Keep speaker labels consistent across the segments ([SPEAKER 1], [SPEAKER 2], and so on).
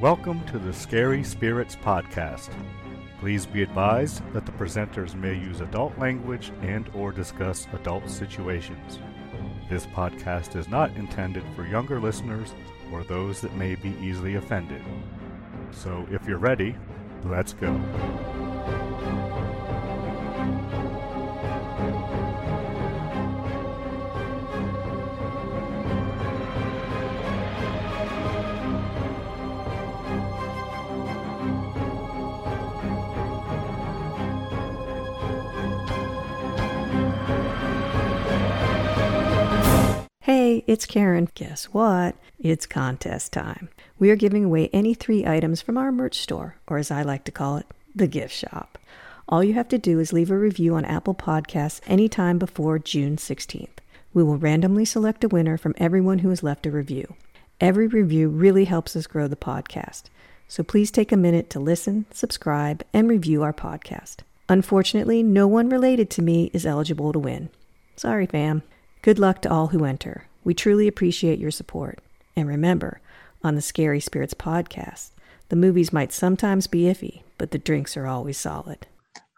[SPEAKER 1] Welcome to the Scary Spirits Podcast. Please be advised that the presenters may use adult language and or discuss adult situations. This podcast is not intended for younger listeners or those that may be easily offended. So if you're ready, let's go.
[SPEAKER 2] Hey, it's Karen. Guess what? It's contest time. We are giving away any three items from our merch store, or as I like to call it, the gift shop. All you have to do is leave a review on Apple Podcasts anytime before June 16th. We will randomly select a winner from everyone who has left a review. Every review really helps us grow the podcast. So please take a minute to listen, subscribe, and review our podcast. Unfortunately, no one related to me is eligible to win. Sorry, fam. Good luck to all who enter. We truly appreciate your support. And remember, on the Scary Spirits podcast, the movies might sometimes be iffy, but the drinks are always solid.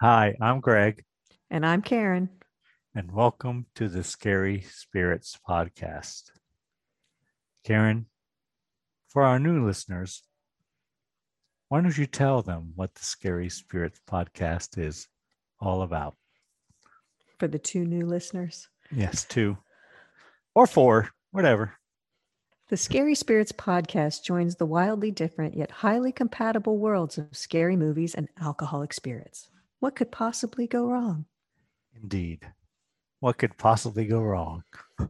[SPEAKER 1] Hi, I'm Greg
[SPEAKER 2] And I'm Karen.
[SPEAKER 1] and welcome to the Scary Spirits Podcast. Karen, for our new listeners, why don't you tell them what the Scary Spirits Podcast is all about?
[SPEAKER 2] For the two new listeners,
[SPEAKER 1] Yes, two or four, whatever.
[SPEAKER 2] the Scary Spirits podcast joins the wildly different yet highly compatible worlds of scary movies and alcoholic spirits. What could possibly go wrong?
[SPEAKER 1] Indeed. What could possibly go wrong? All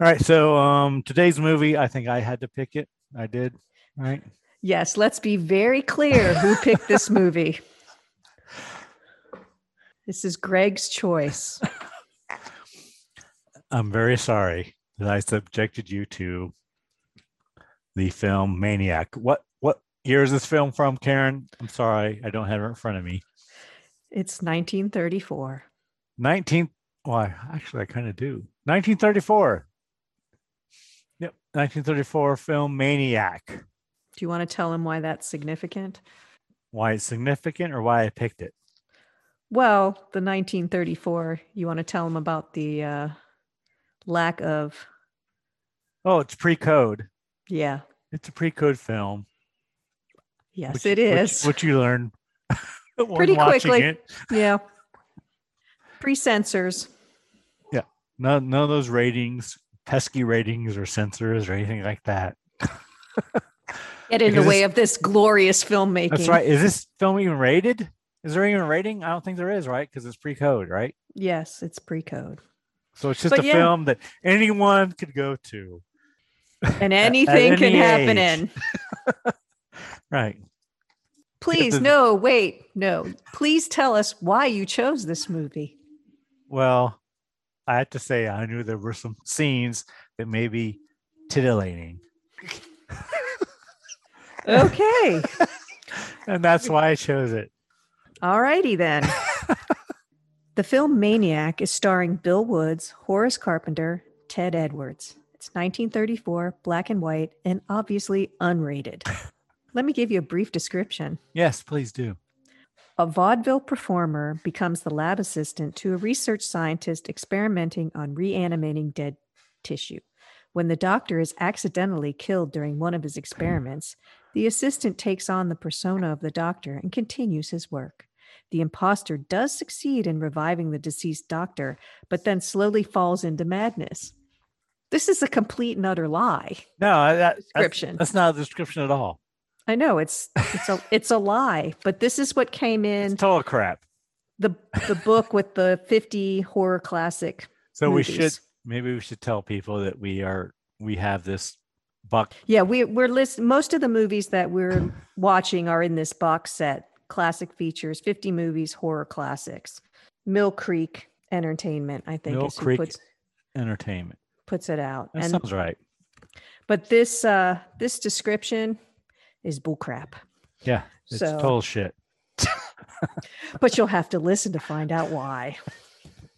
[SPEAKER 1] right, so um today's movie, I think I had to pick it. I did, right?
[SPEAKER 2] Yes, let's be very clear who picked this movie. This is Greg's choice.
[SPEAKER 1] I'm very sorry that I subjected you to the film Maniac. What what year is this film from, Karen? I'm sorry, I don't have it in front of me.
[SPEAKER 2] It's 1934.
[SPEAKER 1] 19 well, actually I kind of do. 1934. Yep, 1934 film Maniac.
[SPEAKER 2] Do you want to tell him why that's significant?
[SPEAKER 1] Why it's significant or why I picked it?
[SPEAKER 2] Well, the 1934, you want to tell him about the uh, lack of,
[SPEAKER 1] Oh, it's pre-code.
[SPEAKER 2] yeah,
[SPEAKER 1] It's a pre-code film.
[SPEAKER 2] yes,
[SPEAKER 1] which-
[SPEAKER 2] it
[SPEAKER 1] which-
[SPEAKER 2] is.
[SPEAKER 1] Which, you learn when
[SPEAKER 2] Pretty
[SPEAKER 1] watching
[SPEAKER 2] quickly.
[SPEAKER 1] It.
[SPEAKER 2] yeah. Pre censors.
[SPEAKER 1] None, none of those ratings, pesky ratings or censors or anything like that.
[SPEAKER 2] Get in
[SPEAKER 1] Because
[SPEAKER 2] the way
[SPEAKER 1] this-
[SPEAKER 2] of this glorious filmmaking.
[SPEAKER 1] That's right. Is this film even rated? Is there even a rating? I don't think there is, right? Because it's pre-code, right?
[SPEAKER 2] Yes, it's pre code.
[SPEAKER 1] So it's just
[SPEAKER 2] But
[SPEAKER 1] a
[SPEAKER 2] yeah.
[SPEAKER 1] film that anyone could go to,
[SPEAKER 2] And anything can
[SPEAKER 1] any
[SPEAKER 2] happen
[SPEAKER 1] age.
[SPEAKER 2] in.
[SPEAKER 1] right?
[SPEAKER 2] Please,
[SPEAKER 1] the-
[SPEAKER 2] no, wait, no. Please tell us why you chose this movie.
[SPEAKER 1] Well, I have to say, I knew there were some scenes that may be titillating,
[SPEAKER 2] Okay.
[SPEAKER 1] and that's why I chose it.
[SPEAKER 2] All righty then. the film Maniac is starring Bill Woods, Horace Carpenter, Ted Edwards. It's 1934, black and white, and obviously unrated. Let me give you a brief description.
[SPEAKER 1] Yes, please do.
[SPEAKER 2] A vaudeville performer becomes the lab assistant to a research scientist experimenting on reanimating dead tissue. When the doctor is accidentally killed during one of his experiments, the assistant takes on the persona of the doctor and continues his work. The imposter does succeed in reviving the deceased doctor, but then slowly falls into madness. This is a complete and utter lie.
[SPEAKER 1] No, that, that's,
[SPEAKER 2] Description.
[SPEAKER 1] that's not a description at all.
[SPEAKER 2] I know it's it's a it's a lie, but this is what came in
[SPEAKER 1] It's total crap.
[SPEAKER 2] the the book with the 50 horror classic
[SPEAKER 1] So
[SPEAKER 2] movies.
[SPEAKER 1] we should maybe we should tell people that we are we have this buck
[SPEAKER 2] yeah we, we're list most of the movies that we're watching are in this box set classic features 50 movies horror classics mill creek entertainment i think
[SPEAKER 1] Mill
[SPEAKER 2] is who
[SPEAKER 1] Creek.
[SPEAKER 2] puts
[SPEAKER 1] entertainment.
[SPEAKER 2] puts it out
[SPEAKER 1] That
[SPEAKER 2] and
[SPEAKER 1] sounds right.
[SPEAKER 2] but this uh this description is bullcrap
[SPEAKER 1] Yeah, it's
[SPEAKER 2] so-
[SPEAKER 1] total shit.
[SPEAKER 2] but you'll have to listen to find out why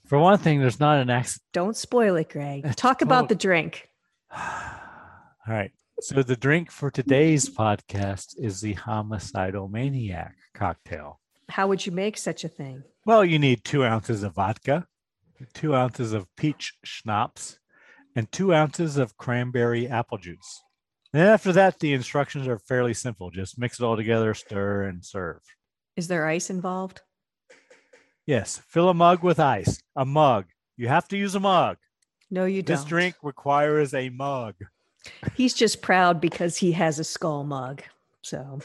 [SPEAKER 1] For one thing, there's not an accident.
[SPEAKER 2] don't spoil it greg
[SPEAKER 1] It's
[SPEAKER 2] talk about
[SPEAKER 1] total-
[SPEAKER 2] the drink
[SPEAKER 1] All right, So the drink for today's podcast is the homicidal maniac cocktail.
[SPEAKER 2] How would you make such a thing?
[SPEAKER 1] Well, you need two ounces of vodka, two ounces of peach schnapps, and two ounces of cranberry apple juice. And after that, the instructions are fairly simple. Just mix it all together, stir, and serve.
[SPEAKER 2] Is there ice involved?
[SPEAKER 1] Yes, fill a mug with ice. A mug. You have to use a mug.
[SPEAKER 2] No, you
[SPEAKER 1] This
[SPEAKER 2] don't.
[SPEAKER 1] drink requires a mug.
[SPEAKER 2] He's just proud because he has a skull mug. So,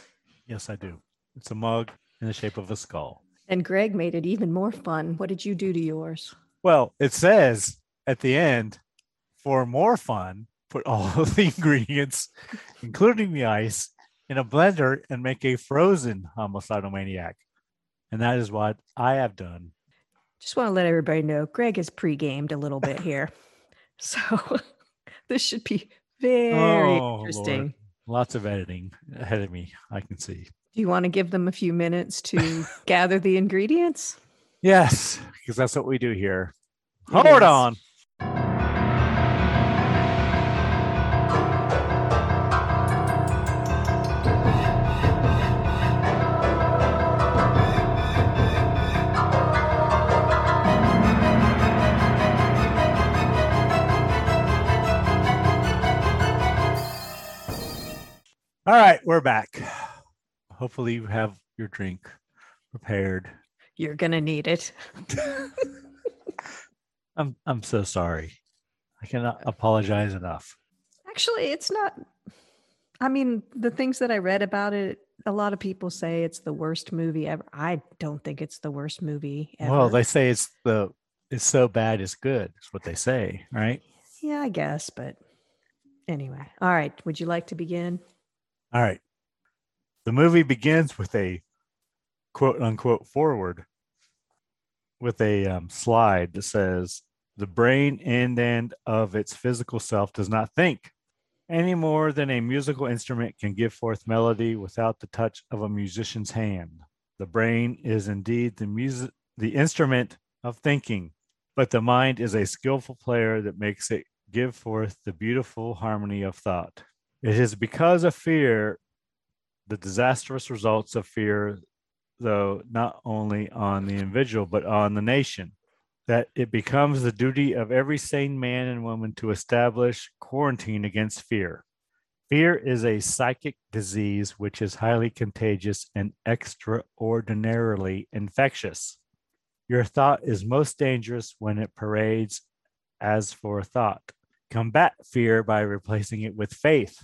[SPEAKER 1] Yes, I do. It's a mug in the shape of a skull.
[SPEAKER 2] and Greg made it even more fun. What did you do to yours?
[SPEAKER 1] Well, it says at the end, for more fun, put all the ingredients, including the ice, in a blender and make a frozen homicidal maniac. And that is what I have done.
[SPEAKER 2] Just want to let everybody know Greg is pre gamed a little bit here. So, this should be very
[SPEAKER 1] Oh, Lord.
[SPEAKER 2] interesting.
[SPEAKER 1] Lots of editing ahead of me, I can see.
[SPEAKER 2] Do you want to give them a few minutes to gather the ingredients?
[SPEAKER 1] Yes, because that's what we do here.
[SPEAKER 2] It
[SPEAKER 1] Hold
[SPEAKER 2] is.
[SPEAKER 1] on. All right, we're back. Hopefully, you have your drink prepared.
[SPEAKER 2] You're going to need it.
[SPEAKER 1] I'm I'm so sorry. I cannot apologize enough.
[SPEAKER 2] Actually, it's not. I mean, the things that I read about it, a lot of people say it's the worst movie ever. I don't think it's the worst movie ever.
[SPEAKER 1] Well, they say it's the it's so bad it's good. Is what they say, right?
[SPEAKER 2] yeah, I guess, but anyway. All right. Would you like to begin?
[SPEAKER 1] All right. The movie begins with a quote unquote forward with a um, slide that says the brain in and of its physical self does not think any more than a musical instrument can give forth melody without the touch of a musician's hand. The brain is indeed the music the instrument of thinking, but the mind is a skillful player that makes it give forth the beautiful harmony of thought. It is because of fear, the disastrous results of fear, though, not only on the individual, but on the nation, that it becomes the duty of every sane man and woman to establish quarantine against fear. Fear is a psychic disease which is highly contagious and extraordinarily infectious. Your thought is most dangerous when it parades as for thought combat fear by replacing it with faith.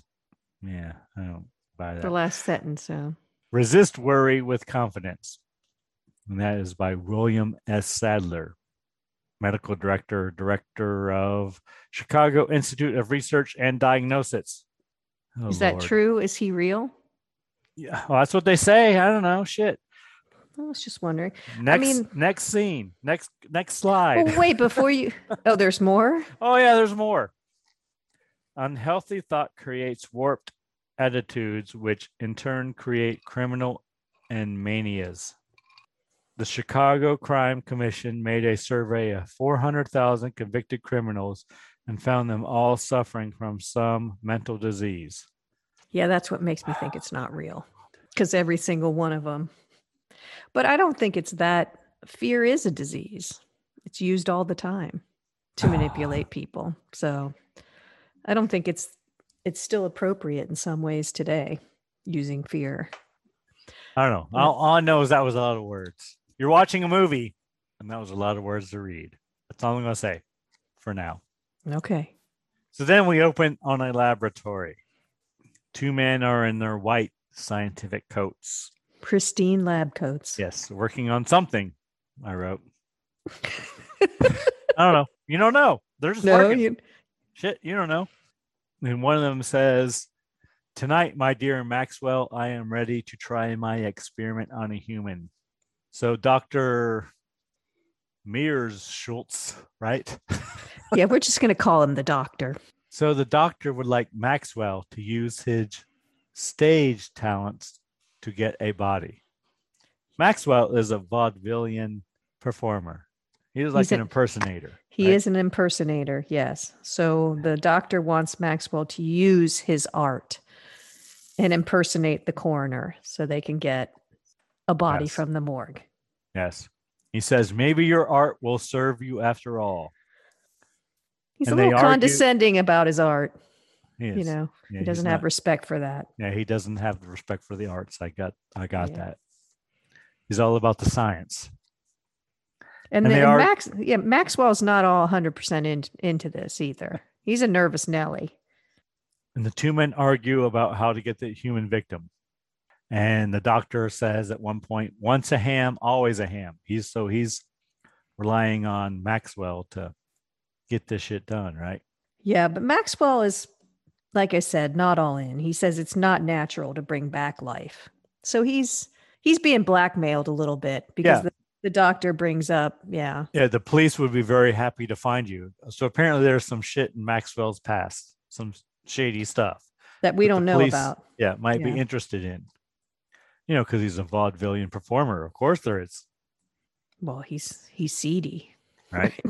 [SPEAKER 1] Yeah, I don't buy
[SPEAKER 2] The
[SPEAKER 1] that.
[SPEAKER 2] last sentence. So,
[SPEAKER 1] Resist worry with confidence. And that is by William S. Sadler, medical director, director of Chicago Institute of Research and Diagnosis. Oh,
[SPEAKER 2] is that
[SPEAKER 1] Lord.
[SPEAKER 2] true? Is he real?
[SPEAKER 1] Yeah, well, that's what they say. I don't know. Shit.
[SPEAKER 2] I was just wondering.
[SPEAKER 1] Next,
[SPEAKER 2] mean-
[SPEAKER 1] next scene. Next, next slide.
[SPEAKER 2] Well, wait, before you. Oh, there's more?
[SPEAKER 1] Oh yeah, there's more. Unhealthy thought creates warped attitudes, which in turn create criminal and manias. The Chicago Crime Commission made a survey of 400,000 convicted criminals and found them all suffering from some mental disease.
[SPEAKER 2] Yeah, that's what makes me think it's not real because every single one of them. But I don't think it's that. Fear is a disease, it's used all the time to manipulate people. So I don't think it's it's still appropriate in some ways today using fear.
[SPEAKER 1] I don't know. All, all I know is that was a lot of words. You're watching a movie, and that was a lot of words to read. That's all I'm going to say for now.
[SPEAKER 2] Okay.
[SPEAKER 1] So then we open on a laboratory. Two men are in their white scientific coats.
[SPEAKER 2] Pristine lab coats.
[SPEAKER 1] Yes, working on something. I wrote. I don't know. You don't know. They're just
[SPEAKER 2] No,
[SPEAKER 1] working.
[SPEAKER 2] you,
[SPEAKER 1] Shit, you don't know. And one of them says, "Tonight, my dear Maxwell, I am ready to try my experiment on a human." So Doctor Mears Schultz, right?
[SPEAKER 2] yeah, we're just going to call him the doctor.
[SPEAKER 1] So the doctor would like Maxwell to use his stage talents to get a body. Maxwell is a vaudevillian performer. He is like
[SPEAKER 2] He's
[SPEAKER 1] an
[SPEAKER 2] a-
[SPEAKER 1] impersonator.
[SPEAKER 2] He
[SPEAKER 1] right?
[SPEAKER 2] is an impersonator, yes. So the doctor wants Maxwell to use his art and impersonate the coroner so they can get a body
[SPEAKER 1] Yes.
[SPEAKER 2] from the morgue.
[SPEAKER 1] Yes. He says, maybe your art will serve you after all.
[SPEAKER 2] He's
[SPEAKER 1] And
[SPEAKER 2] a
[SPEAKER 1] they
[SPEAKER 2] little
[SPEAKER 1] argue-
[SPEAKER 2] condescending about his art,
[SPEAKER 1] He
[SPEAKER 2] you
[SPEAKER 1] is.
[SPEAKER 2] know.
[SPEAKER 1] Yeah,
[SPEAKER 2] he
[SPEAKER 1] he's
[SPEAKER 2] doesn't have
[SPEAKER 1] not-
[SPEAKER 2] respect for that.
[SPEAKER 1] Yeah, he doesn't have the respect for the arts. I got I got
[SPEAKER 2] Yeah.
[SPEAKER 1] that. He's all about the science. And
[SPEAKER 2] And, then
[SPEAKER 1] they are-
[SPEAKER 2] Max yeah, Maxwell's not all 100% in, into this either. He's a nervous Nelly.
[SPEAKER 1] And the two men argue about how to get the human victim. And the doctor says at one point, once a ham, always a ham. He's so he's relying on Maxwell to get this shit done, right?
[SPEAKER 2] Yeah, but Maxwell is, like I said, not all in. He says it's not natural to bring back life. So he's he's being blackmailed a little bit because
[SPEAKER 1] Yeah.
[SPEAKER 2] the, the doctor brings up, yeah,
[SPEAKER 1] Yeah, the police would be very happy to find you. So apparently there's some shit in Maxwell's past, some shady stuff.
[SPEAKER 2] that we
[SPEAKER 1] That the
[SPEAKER 2] don't know
[SPEAKER 1] police-
[SPEAKER 2] about.
[SPEAKER 1] yeah might
[SPEAKER 2] Yeah.
[SPEAKER 1] be interested in you know because he's a vaudevillian performer of course there is
[SPEAKER 2] Well, he's he's seedy.
[SPEAKER 1] Right.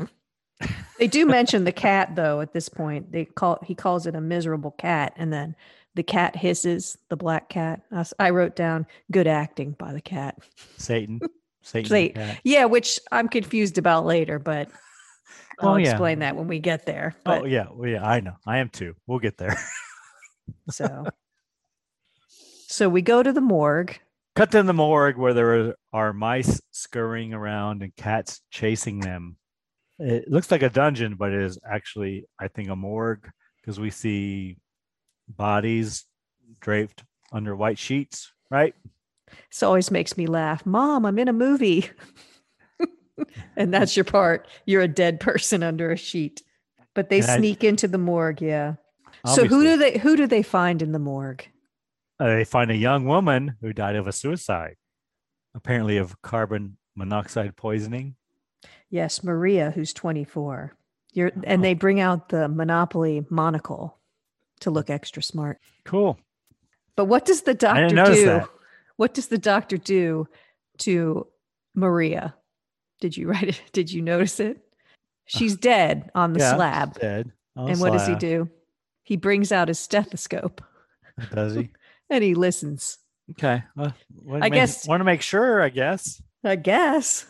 [SPEAKER 2] they do mention the cat though at this point. They call he calls it a miserable cat and then the cat hisses, the black cat. I, s- I wrote down good acting by the cat.
[SPEAKER 1] satan satan the
[SPEAKER 2] Satan.
[SPEAKER 1] cat.
[SPEAKER 2] Yeah, which I'm confused about later, but I'll
[SPEAKER 1] Oh, yeah.
[SPEAKER 2] explain that when we get there. But
[SPEAKER 1] oh yeah well, yeah i know i am too we'll get there
[SPEAKER 2] so so we go to the morgue.
[SPEAKER 1] cut to the morgue where there are, are mice scurrying around and cats chasing them it looks like a dungeon but it is actually i think a morgue because we see bodies draped under white sheets right
[SPEAKER 2] This always makes me laugh. Mom, I'm in a movie. and that's your part. You're a dead person under a sheet. But they
[SPEAKER 1] And I-
[SPEAKER 2] sneak into the morgue, yeah. So who do they who do they find in the morgue?
[SPEAKER 1] uh, they find a young woman who died of a suicide, apparently of carbon monoxide poisoning.
[SPEAKER 2] Yes, Maria, who's 24. You're,
[SPEAKER 1] Oh.
[SPEAKER 2] and they bring out the Monopoly monocle to look extra smart.
[SPEAKER 1] Cool.
[SPEAKER 2] But what does the
[SPEAKER 1] I didn't
[SPEAKER 2] doctor
[SPEAKER 1] notice
[SPEAKER 2] do?
[SPEAKER 1] that.
[SPEAKER 2] What does the doctor do to Maria? Did you write it? Did you notice it? She's dead on the
[SPEAKER 1] Yeah,
[SPEAKER 2] slab.
[SPEAKER 1] Dead. on a
[SPEAKER 2] And what does he
[SPEAKER 1] slab.
[SPEAKER 2] do? He brings out his stethoscope
[SPEAKER 1] Does he?
[SPEAKER 2] and he listens.
[SPEAKER 1] Okay. Uh,
[SPEAKER 2] I guess-
[SPEAKER 1] want to make sure. I guess.
[SPEAKER 2] I guess.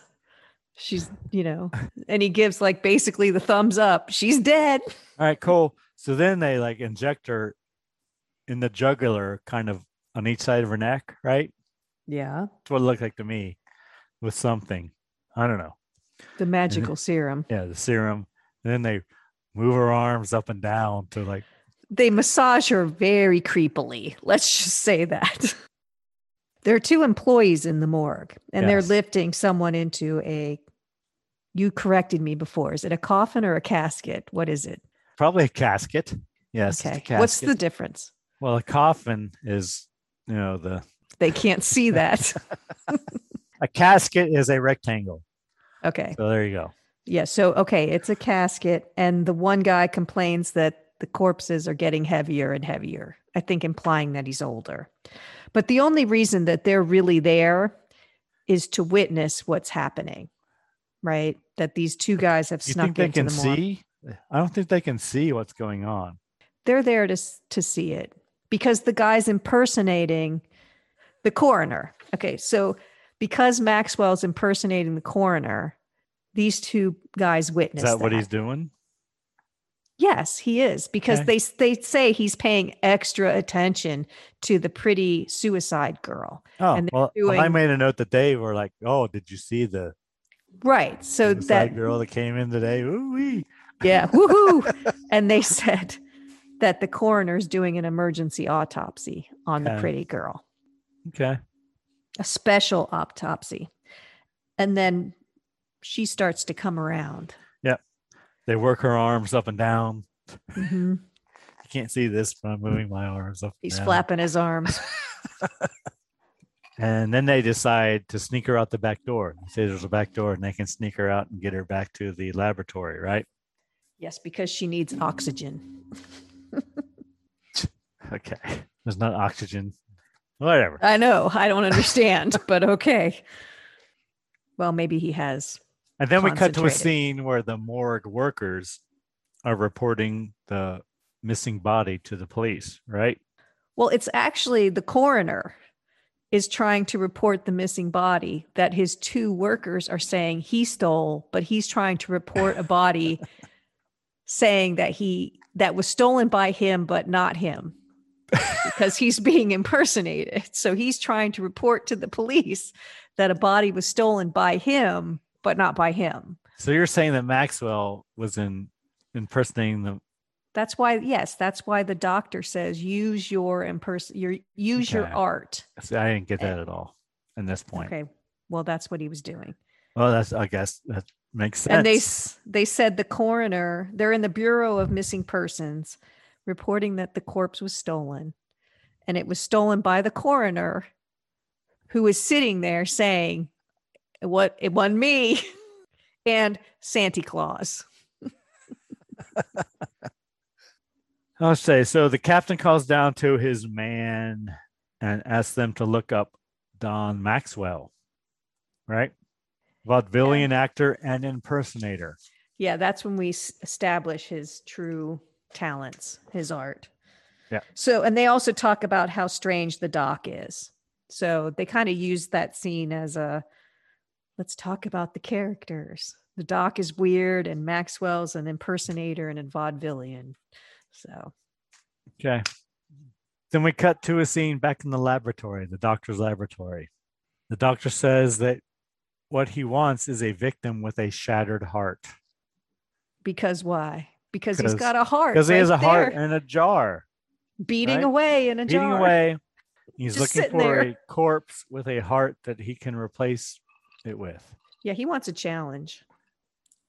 [SPEAKER 2] She's, you know, and he gives like basically the thumbs up. She's dead.
[SPEAKER 1] All right. Cool. So then they like inject her in the jugular, kind of on each side of her neck, right?
[SPEAKER 2] Yeah.
[SPEAKER 1] That's what it looked like to me, with something. I don't know.
[SPEAKER 2] The magical serum.
[SPEAKER 1] Yeah, the serum. And then they move her arms up and down to like.
[SPEAKER 2] they massage her very creepily. Let's just say that. There are two employees in the morgue and
[SPEAKER 1] Yes.
[SPEAKER 2] they're lifting someone into a you corrected me before. Is it a coffin or a casket? What is it?
[SPEAKER 1] Probably a casket. Yes. it's a
[SPEAKER 2] What's
[SPEAKER 1] casket.
[SPEAKER 2] the difference?
[SPEAKER 1] Well, a coffin is, you know, the
[SPEAKER 2] They can't see that.
[SPEAKER 1] a casket is a rectangle.
[SPEAKER 2] okay.
[SPEAKER 1] So there you go.
[SPEAKER 2] Yeah. So, okay, it's a casket. And the one guy complains that the corpses are getting heavier and heavier, I think implying that he's older. But the only reason that they're really there is to witness what's happening, right? That these two guys have
[SPEAKER 1] You
[SPEAKER 2] snuck
[SPEAKER 1] think they
[SPEAKER 2] into
[SPEAKER 1] can
[SPEAKER 2] the morgue.
[SPEAKER 1] see? I don't think they can see what's going on.
[SPEAKER 2] They're there to, s- to see it because the guy's impersonating the coroner. Okay. So, because Maxwell's impersonating the coroner, these two guys
[SPEAKER 1] Is
[SPEAKER 2] witness
[SPEAKER 1] that what he's doing?
[SPEAKER 2] Yes, he is because
[SPEAKER 1] Okay.
[SPEAKER 2] they s- they say he's paying extra attention to the pretty suicide girl.
[SPEAKER 1] Oh,
[SPEAKER 2] And they're
[SPEAKER 1] well, I
[SPEAKER 2] doing-
[SPEAKER 1] made a note that they were like, "Oh, did you see the
[SPEAKER 2] Right. So
[SPEAKER 1] suicide
[SPEAKER 2] that
[SPEAKER 1] girl that came in today? Ooh
[SPEAKER 2] yeah, woohoo. and they said that the coroner's doing an emergency autopsy on the
[SPEAKER 1] Okay.
[SPEAKER 2] pretty girl,
[SPEAKER 1] Okay.
[SPEAKER 2] a special autopsy. And then she starts to come around.
[SPEAKER 1] They work her arms up and down.
[SPEAKER 2] Mhm.
[SPEAKER 1] You can't see this, but I'm moving my arms up. and
[SPEAKER 2] He's
[SPEAKER 1] down.
[SPEAKER 2] flapping his arms.
[SPEAKER 1] And then they decide to sneak her out the back door. They say there's a back door, and they can sneak her out and get her back to the laboratory, right?
[SPEAKER 2] Yes, because she needs oxygen.
[SPEAKER 1] Okay. There's not oxygen. Whatever.
[SPEAKER 2] I know. I don't understand, but okay. Well, maybe he has
[SPEAKER 1] And then we cut to a
[SPEAKER 2] Concentrated.
[SPEAKER 1] scene where the morgue workers are reporting the missing body to the police, right?
[SPEAKER 2] Well, it's actually the coroner is trying to report the missing body that his two workers are saying he stole, but he's trying to report a body saying that he that was stolen by him but not him because he's being impersonated. So he's trying to report to the police that a body was stolen by him but not by him.
[SPEAKER 1] So you're saying that Maxwell was in impersonating the
[SPEAKER 2] That's why yes, that's why the doctor says use your imperson your use your
[SPEAKER 1] Okay.
[SPEAKER 2] art.
[SPEAKER 1] see, I didn't get that at all in this point.
[SPEAKER 2] Okay. Well, that's what he was doing.
[SPEAKER 1] Well, that's I guess that makes sense.
[SPEAKER 2] and they s- they said the coroner they're in the bureau of missing persons reporting that the corpse was stolen and it was stolen by the coroner who is sitting there saying what it won me and santa claus
[SPEAKER 1] I'll say so. The captain calls down to his man and asks them to look up Don Maxwell, right? Vaudevillian actor and impersonator.
[SPEAKER 2] yeah that's when we s- establish his true talents his art
[SPEAKER 1] Yeah.
[SPEAKER 2] so and they also talk about how strange the doc is so they kind of use that scene as a let's talk about the characters the doc is weird and maxwell's an impersonator and a vaudevillian so
[SPEAKER 1] Okay. Then we cut to a scene back in the laboratory, the doctor's laboratory. The doctor says that what he wants is a victim with a shattered heart
[SPEAKER 2] because why because he's
[SPEAKER 1] 'Cause-
[SPEAKER 2] got a heart
[SPEAKER 1] because he has
[SPEAKER 2] right
[SPEAKER 1] a heart
[SPEAKER 2] there,
[SPEAKER 1] and a jar,
[SPEAKER 2] beating
[SPEAKER 1] right?
[SPEAKER 2] away in a
[SPEAKER 1] beating
[SPEAKER 2] jar
[SPEAKER 1] away. He's
[SPEAKER 2] Just
[SPEAKER 1] looking
[SPEAKER 2] sitting
[SPEAKER 1] for
[SPEAKER 2] there.
[SPEAKER 1] a corpse with a heart that he can replace it with.
[SPEAKER 2] yeah he wants a challenge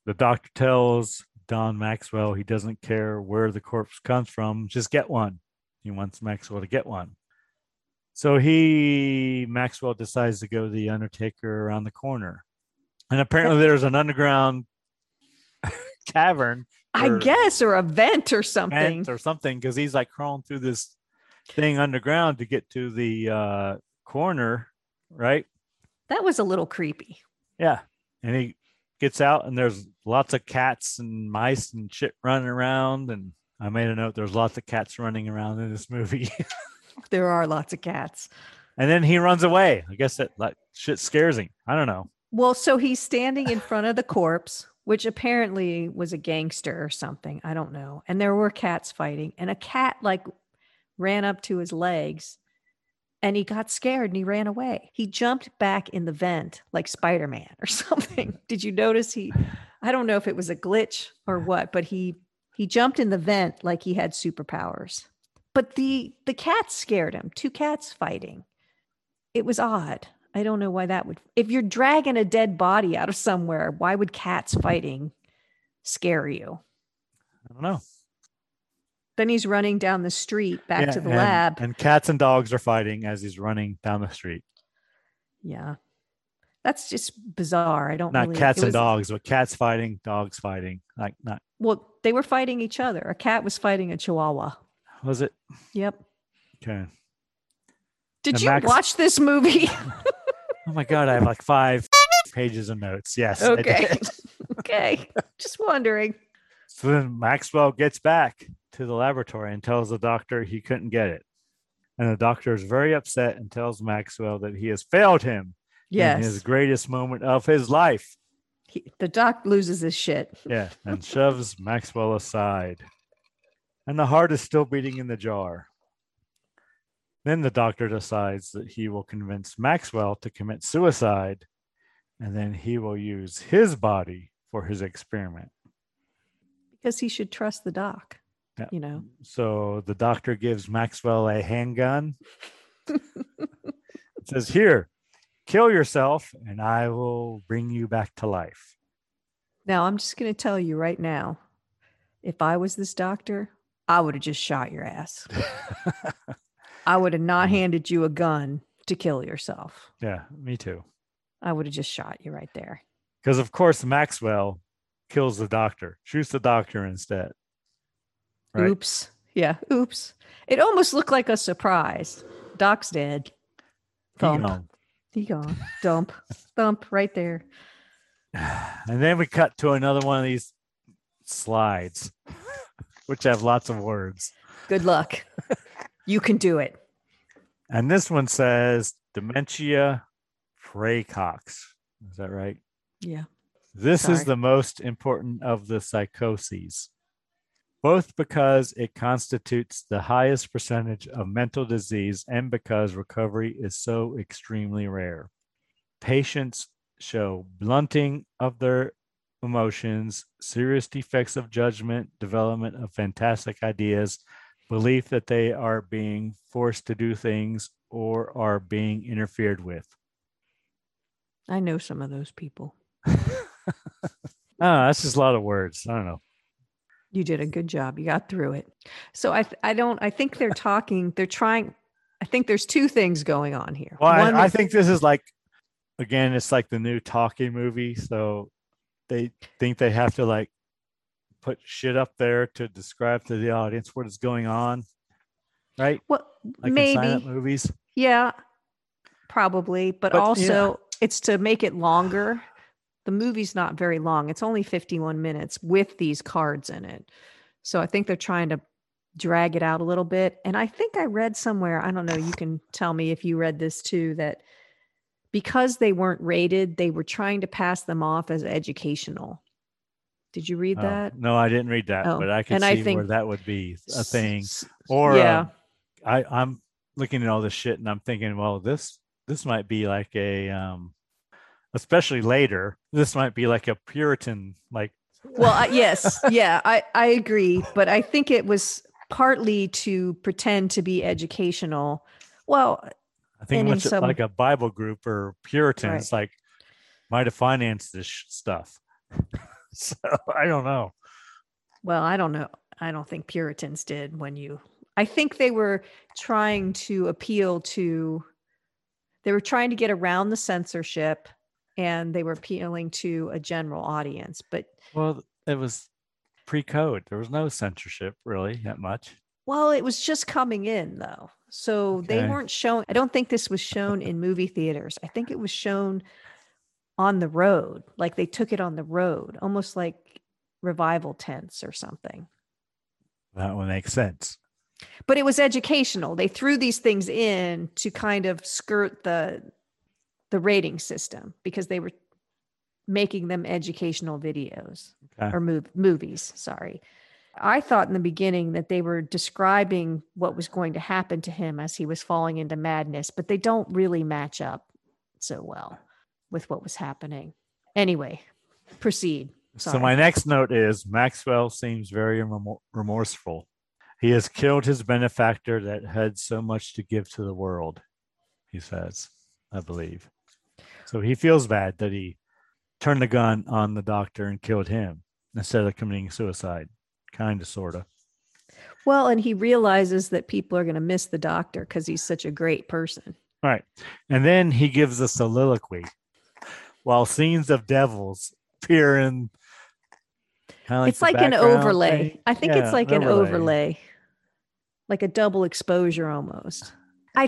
[SPEAKER 1] The doctor tells Don Maxwell he doesn't care where the corpse comes from, just get one. He wants Maxwell to get one. So he, Maxwell, decides to go to the Undertaker around the corner. And apparently there's an underground cavern Or-
[SPEAKER 2] i guess or a vent or something
[SPEAKER 1] vent or something because he's like crawling through this thing underground to get to the uh, corner, right?
[SPEAKER 2] that was a little creepy
[SPEAKER 1] Yeah. And he gets out and there's lots of cats and mice and shit running around. And I made a note there's lots of cats running around in this movie.
[SPEAKER 2] there are lots of cats
[SPEAKER 1] and then he runs away. I guess that like shit scares him. I don't know.
[SPEAKER 2] Well, so he's standing in front of the corpse, which apparently was a gangster or something. I don't know. And there were cats fighting, and a cat like ran up to his legs and he got scared and he ran away. He jumped back in the vent like Spider Man or something. Did you notice he? I don't know if it was a glitch or what, but he he jumped in the vent like he had superpowers. But the the cats scared him. Two cats fighting. It was odd. I don't know why that would. If you're dragging a dead body out of somewhere, why would cats fighting scare you?
[SPEAKER 1] I don't know.
[SPEAKER 2] Then he's running down the street back
[SPEAKER 1] Yeah,
[SPEAKER 2] to the
[SPEAKER 1] and-
[SPEAKER 2] lab.
[SPEAKER 1] And cats and dogs are fighting as he's running down the street.
[SPEAKER 2] yeah. That's just bizarre. I don't
[SPEAKER 1] Not
[SPEAKER 2] really,
[SPEAKER 1] cats
[SPEAKER 2] it
[SPEAKER 1] and
[SPEAKER 2] was-
[SPEAKER 1] dogs, but cats fighting, dogs fighting. Like not
[SPEAKER 2] Well, they were fighting each other. A cat was fighting a chihuahua.
[SPEAKER 1] was it?
[SPEAKER 2] Yep.
[SPEAKER 1] Okay.
[SPEAKER 2] Did
[SPEAKER 1] And
[SPEAKER 2] you
[SPEAKER 1] Max-
[SPEAKER 2] watch this movie?
[SPEAKER 1] Oh my god, I have like five pages of notes. Yes. I
[SPEAKER 2] okay.
[SPEAKER 1] did.
[SPEAKER 2] okay. Just wondering.
[SPEAKER 1] So then Maxwell gets back to the laboratory and tells the doctor he couldn't get it. And the doctor is very upset and tells Maxwell that he has failed him in his
[SPEAKER 2] Yes.
[SPEAKER 1] greatest moment of his life.
[SPEAKER 2] He, the doc loses his shit.
[SPEAKER 1] Yeah. And shoves Maxwell aside. And the heart is still beating in the jar. Then the doctor decides that he will convince Maxwell to commit suicide and then he will use his body for his experiment.
[SPEAKER 2] Because he should trust the doc.
[SPEAKER 1] Yeah.
[SPEAKER 2] You know.
[SPEAKER 1] So the doctor gives Maxwell a handgun. It says, Here, kill yourself, and I will bring you back to life.
[SPEAKER 2] Now, I'm just going to tell you right now if I was this doctor, I would have just shot your ass. I would have not
[SPEAKER 1] Mhm.
[SPEAKER 2] handed you a gun to kill yourself.
[SPEAKER 1] yeah, me too.
[SPEAKER 2] I would have just shot you right there.
[SPEAKER 1] Because, of course, Maxwell kills the doctor, shoots the doctor instead. Right.
[SPEAKER 2] Oops. Yeah. Oops. It almost looked like a surprise. Doc's dead.
[SPEAKER 1] You
[SPEAKER 2] Thump.
[SPEAKER 1] know,
[SPEAKER 2] He gone. Dump. Thump right there.
[SPEAKER 1] And then we cut to another one of these slides, which have lots of words.
[SPEAKER 2] Good luck. you can do it.
[SPEAKER 1] And this one says dementia praecox. Is that right?
[SPEAKER 2] Yeah.
[SPEAKER 1] This
[SPEAKER 2] Sorry.
[SPEAKER 1] is the most important of the psychoses, both because it constitutes the highest percentage of mental disease and because recovery is so extremely rare. Patients show blunting of their emotions, serious defects of judgment, development of fantastic ideas, belief that they are being forced to do things or are being interfered with.
[SPEAKER 2] I know some of those people.
[SPEAKER 1] Ah, that's just a lot of words. I don't know.
[SPEAKER 2] You did a good job. You got through it. So I th- I don't I think they're talking, they're trying I think there's two things going on here.
[SPEAKER 1] Well,
[SPEAKER 2] One
[SPEAKER 1] I, I
[SPEAKER 2] is-
[SPEAKER 1] think this is like, again, it's like the new talking movie. So they think they have to like put shit up there to describe to the audience what is going on, right?
[SPEAKER 2] well,
[SPEAKER 1] Like in silent
[SPEAKER 2] maybe
[SPEAKER 1] movies.
[SPEAKER 2] yeah, probably, but,
[SPEAKER 1] But, yeah.
[SPEAKER 2] also it's to make it longer. The movie's not very long. It's only 51 minutes with these cards in it. So I think they're trying to drag it out a little bit. And I think I read somewhere, I don't know, you can tell me if you read this too, that because they weren't rated, they were trying to pass them off as educational. Did you read
[SPEAKER 1] Oh,
[SPEAKER 2] that?
[SPEAKER 1] no, I didn't read that,
[SPEAKER 2] Oh,
[SPEAKER 1] but I can
[SPEAKER 2] and
[SPEAKER 1] see
[SPEAKER 2] I
[SPEAKER 1] where
[SPEAKER 2] think-
[SPEAKER 1] that would be a thing.
[SPEAKER 2] S-
[SPEAKER 1] Or
[SPEAKER 2] yeah.
[SPEAKER 1] um, I, I'm looking at all this shit and I'm thinking, well, this this might be like a um especially later, this might be like a Puritan like
[SPEAKER 2] well I, yes yeah I, I agree but i think it was partly to pretend to be educational well
[SPEAKER 1] I think
[SPEAKER 2] And in
[SPEAKER 1] much
[SPEAKER 2] some-
[SPEAKER 1] like a Bible group or Puritans, like might have financed this sh- stuff. so I don't know.
[SPEAKER 2] well i don't know i don't think puritans did when you i think they were trying to appeal to they were trying to get around the censorship and they were appealing to a general audience but
[SPEAKER 1] Well, it was pre-code. There was no censorship really that much.
[SPEAKER 2] Well, it was just coming in though. So
[SPEAKER 1] Okay.
[SPEAKER 2] they weren't shown. I don't think this was shown in movie theaters. I think it was shown on the road. Like they took it on the road, almost like revival tents or something.
[SPEAKER 1] That would make sense.
[SPEAKER 2] But it was educational. They threw these things in to kind of skirt the the rating system because they were making them educational videos
[SPEAKER 1] Okay.
[SPEAKER 2] or mov- movies. Sorry. I thought in the beginning that they were describing what was going to happen to him as he was falling into madness, but they don't really match up so well with what was happening. Anyway, proceed.
[SPEAKER 1] So my next note is Maxwell seems very remor- remorseful. He has killed his benefactor that had so much to give to the world, he says, I believe. So he feels bad that he turned the gun on the doctor and killed him instead of committing suicide. Kind of, sort of.
[SPEAKER 2] Well, and he realizes that people are going to miss the doctor because he's such a great person.
[SPEAKER 1] Right. And then he gives a soliloquy while scenes of devils appear in. kinda
[SPEAKER 2] it's
[SPEAKER 1] the
[SPEAKER 2] like an
[SPEAKER 1] background
[SPEAKER 2] overlay.
[SPEAKER 1] thing.
[SPEAKER 2] I think
[SPEAKER 1] Yeah,
[SPEAKER 2] it's like an overlay, like a double exposure almost. I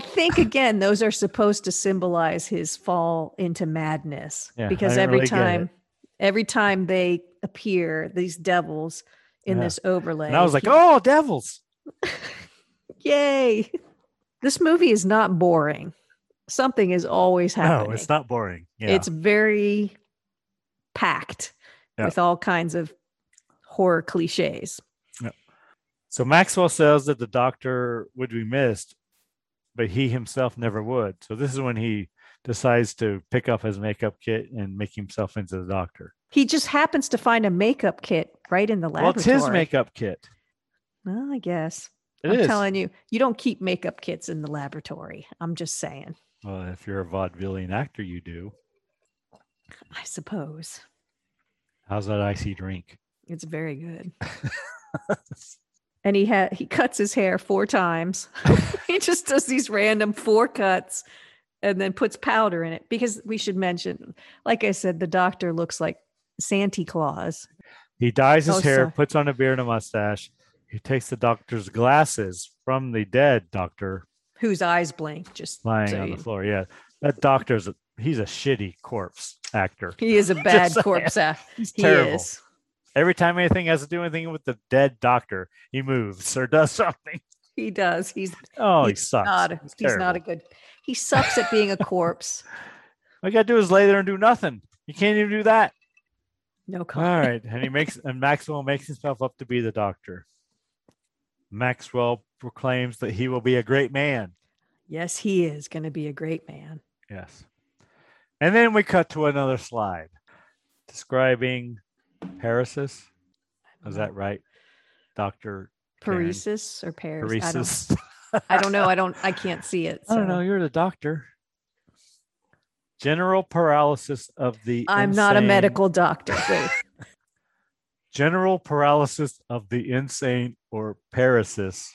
[SPEAKER 2] think again, those are supposed to symbolize his fall into madness
[SPEAKER 1] Yeah, I
[SPEAKER 2] because
[SPEAKER 1] didn't
[SPEAKER 2] every
[SPEAKER 1] really get it.
[SPEAKER 2] time, every time they appear, these devils in
[SPEAKER 1] Yeah.
[SPEAKER 2] this overlay.
[SPEAKER 1] And I was like,
[SPEAKER 2] he-
[SPEAKER 1] oh, devils.
[SPEAKER 2] yay! This movie is not boring. Something is always happening.
[SPEAKER 1] No, Oh, it's not boring. Yeah.
[SPEAKER 2] It's very packed
[SPEAKER 1] Yeah.
[SPEAKER 2] with all kinds of horror cliches.
[SPEAKER 1] so Maxwell says that the doctor would be missed, but he himself never would. So this is when he decides to pick up his makeup kit and make himself into the doctor.
[SPEAKER 2] He just happens to find a makeup kit right in the
[SPEAKER 1] Well,
[SPEAKER 2] laboratory.
[SPEAKER 1] it's his makeup kit.
[SPEAKER 2] Well, I guess.
[SPEAKER 1] It
[SPEAKER 2] I'm
[SPEAKER 1] is.
[SPEAKER 2] telling you, you don't keep makeup kits in the laboratory. I'm just saying,
[SPEAKER 1] well, if you're a vaudevillian actor, you do.
[SPEAKER 2] I suppose.
[SPEAKER 1] How's that icy drink?
[SPEAKER 2] It's very good. and he had he cuts his hair four times. he just does these random four cuts and then puts powder in it because we should mention, like I said, the doctor looks like Santa Claus.
[SPEAKER 1] He dyes his
[SPEAKER 2] Oh,
[SPEAKER 1] hair,
[SPEAKER 2] sorry.
[SPEAKER 1] puts on a beard and a mustache. He takes the doctor's glasses from the dead doctor
[SPEAKER 2] Whose eyes blink just
[SPEAKER 1] lying
[SPEAKER 2] so
[SPEAKER 1] on
[SPEAKER 2] you-
[SPEAKER 1] the floor. Yeah. That doctor's a he's a shitty corpse actor.
[SPEAKER 2] He is a bad
[SPEAKER 1] saying.
[SPEAKER 2] corpse. act.
[SPEAKER 1] He's
[SPEAKER 2] He
[SPEAKER 1] terrible.
[SPEAKER 2] is.
[SPEAKER 1] Every time anything has to do anything with the dead doctor, he moves or does something.
[SPEAKER 2] He does. He's
[SPEAKER 1] Oh, he
[SPEAKER 2] He's
[SPEAKER 1] sucks.
[SPEAKER 2] not. He's, not a
[SPEAKER 1] terrible.
[SPEAKER 2] good. He sucks at being a corpse.
[SPEAKER 1] All you gotta do is lay there and do nothing. You can't even do that.
[SPEAKER 2] No
[SPEAKER 1] All
[SPEAKER 2] comment.
[SPEAKER 1] right, and he makes and Maxwell makes himself up to be the doctor. Maxwell proclaims that he will be a great man.
[SPEAKER 2] Yes, he is going to be a great man.
[SPEAKER 1] Yes. And then we cut to another slide describing paresis. Is that right? Dr. Karen?
[SPEAKER 2] paresis or Paris? I don't,
[SPEAKER 1] Paresis.
[SPEAKER 2] I don't know. I don't. I can't see it.
[SPEAKER 1] I don't
[SPEAKER 2] so.
[SPEAKER 1] know. You're the doctor. General paralysis of the
[SPEAKER 2] I'm not a
[SPEAKER 1] insane-
[SPEAKER 2] medical doctor. Wait.
[SPEAKER 1] General paralysis of the insane or paresis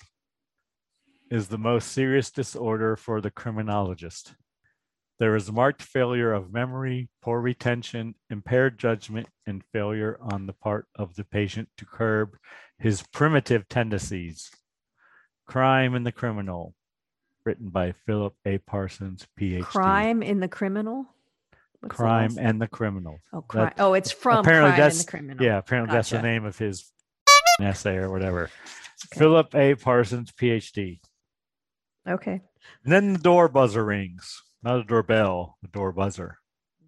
[SPEAKER 1] is the most serious disorder for the criminologist. There is marked failure of memory, poor retention, impaired judgment, and failure on the part of the patient to curb his primitive tendencies. Crime and the Criminal, written by Philip A. Parsons, PhD.
[SPEAKER 2] crime in the criminal. What's the
[SPEAKER 1] Crime
[SPEAKER 2] last-
[SPEAKER 1] and the Criminal.
[SPEAKER 2] oh, crime.
[SPEAKER 1] that-
[SPEAKER 2] Oh, it's from
[SPEAKER 1] apparently
[SPEAKER 2] crime in
[SPEAKER 1] that's-
[SPEAKER 2] the criminal.
[SPEAKER 1] Yeah, apparently that's the
[SPEAKER 2] Gotcha.
[SPEAKER 1] name of his essay or whatever.
[SPEAKER 2] Okay.
[SPEAKER 1] Philip A. Parsons, PhD.
[SPEAKER 2] Okay.
[SPEAKER 1] And then the door buzzer rings. Not a doorbell, a door buzzer.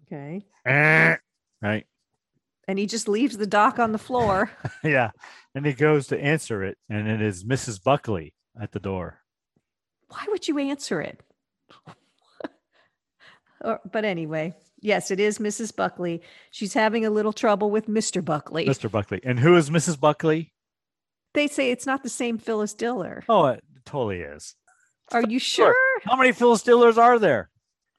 [SPEAKER 2] Okay.
[SPEAKER 1] Eh, Right?
[SPEAKER 2] And he just leaves the doc on the floor.
[SPEAKER 1] Yeah. And he goes to answer it, and it is Mrs. Buckley at the door.
[SPEAKER 2] Why would you answer it? or, but anyway, yes, it is Mrs. Buckley. She's having a little trouble with Mr. Buckley.
[SPEAKER 1] Mr. Buckley. And who is Mrs. Buckley?
[SPEAKER 2] They say it's not the same Phyllis Diller.
[SPEAKER 1] Oh, it totally is.
[SPEAKER 2] Are you
[SPEAKER 1] Sure.
[SPEAKER 2] sure?
[SPEAKER 1] How many Phyllis Dillers are there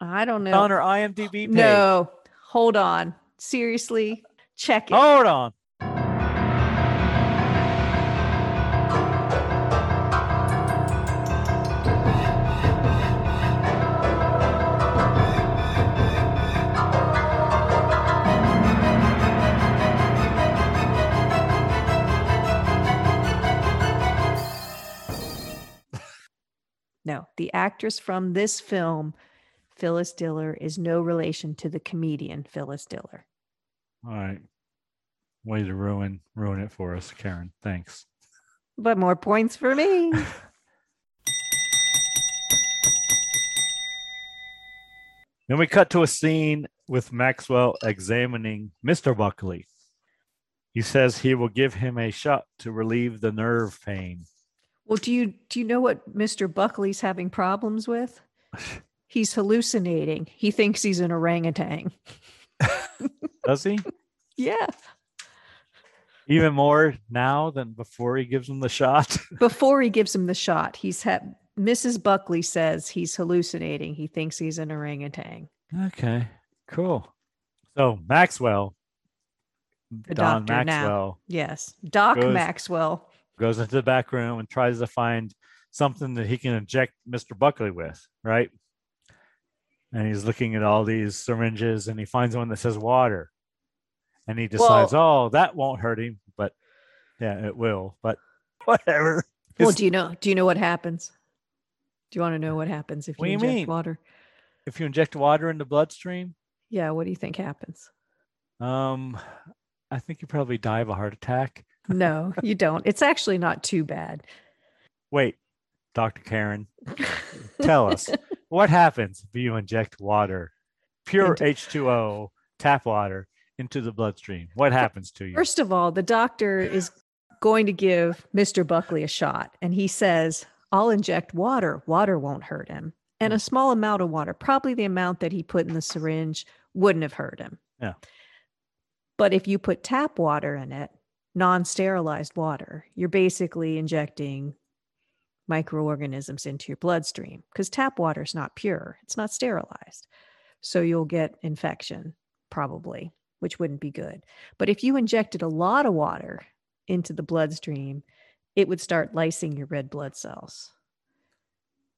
[SPEAKER 2] I don't know.
[SPEAKER 1] on her IMDb page?
[SPEAKER 2] No, hold on. Seriously, check it.
[SPEAKER 1] Hold on.
[SPEAKER 2] No, the actress from this film, Phyllis Diller, is no relation to the comedian Phyllis Diller.
[SPEAKER 1] All right. Way to ruin ruin it for us, Karen. Thanks.
[SPEAKER 2] But more points for me.
[SPEAKER 1] Then we cut to a scene with Maxwell examining Mr. Buckley. He says he will give him a shot to relieve the nerve pain.
[SPEAKER 2] Well, do you do you know what Mr. Buckley's having problems with? He's hallucinating. He thinks he's an orangutan.
[SPEAKER 1] Does he?
[SPEAKER 2] Yeah.
[SPEAKER 1] Even more now than before he gives him the shot.
[SPEAKER 2] Before he gives him the shot, he's had Mrs. Buckley says he's hallucinating. He thinks he's an orangutan.
[SPEAKER 1] okay, cool. So Maxwell,
[SPEAKER 2] The
[SPEAKER 1] Don
[SPEAKER 2] doctor now.
[SPEAKER 1] Maxwell,
[SPEAKER 2] Yes. Doc
[SPEAKER 1] Goes-
[SPEAKER 2] Maxwell.
[SPEAKER 1] goes into the back room and tries to find something that he can inject Mr. Buckley with, right? And he's looking at all these syringes and he finds one that says water. And he decides, oh, that won't hurt him, but yeah, it will, but whatever.
[SPEAKER 2] Well,
[SPEAKER 1] It's-
[SPEAKER 2] do you know do you know what happens? Do you want to know what happens if
[SPEAKER 1] What
[SPEAKER 2] you
[SPEAKER 1] do you
[SPEAKER 2] inject
[SPEAKER 1] mean?
[SPEAKER 2] water?
[SPEAKER 1] If you inject water in the bloodstream,
[SPEAKER 2] Yeah, what do you think happens?
[SPEAKER 1] um, I think you probably die of a heart attack.
[SPEAKER 2] No, you don't. It's actually not too bad.
[SPEAKER 1] Wait, Dr. Karen, tell us what happens if you inject water, pure
[SPEAKER 2] Into-
[SPEAKER 1] H2O, tap water into the bloodstream? What happens to you?
[SPEAKER 2] First of all, the doctor is going to give Mr. Buckley a shot, and he says, I'll inject water. Water won't hurt him. And
[SPEAKER 1] Hmm.
[SPEAKER 2] a small amount of water, probably the amount that he put in the syringe, wouldn't have hurt him.
[SPEAKER 1] Yeah.
[SPEAKER 2] But if you put tap water in it, non sterilized water, you're basically injecting microorganisms into your bloodstream because tap water is not pure, it's not sterilized. So you'll get infection, probably, which wouldn't be good. But if you injected a lot of water into the bloodstream, it would start lysing your red blood cells.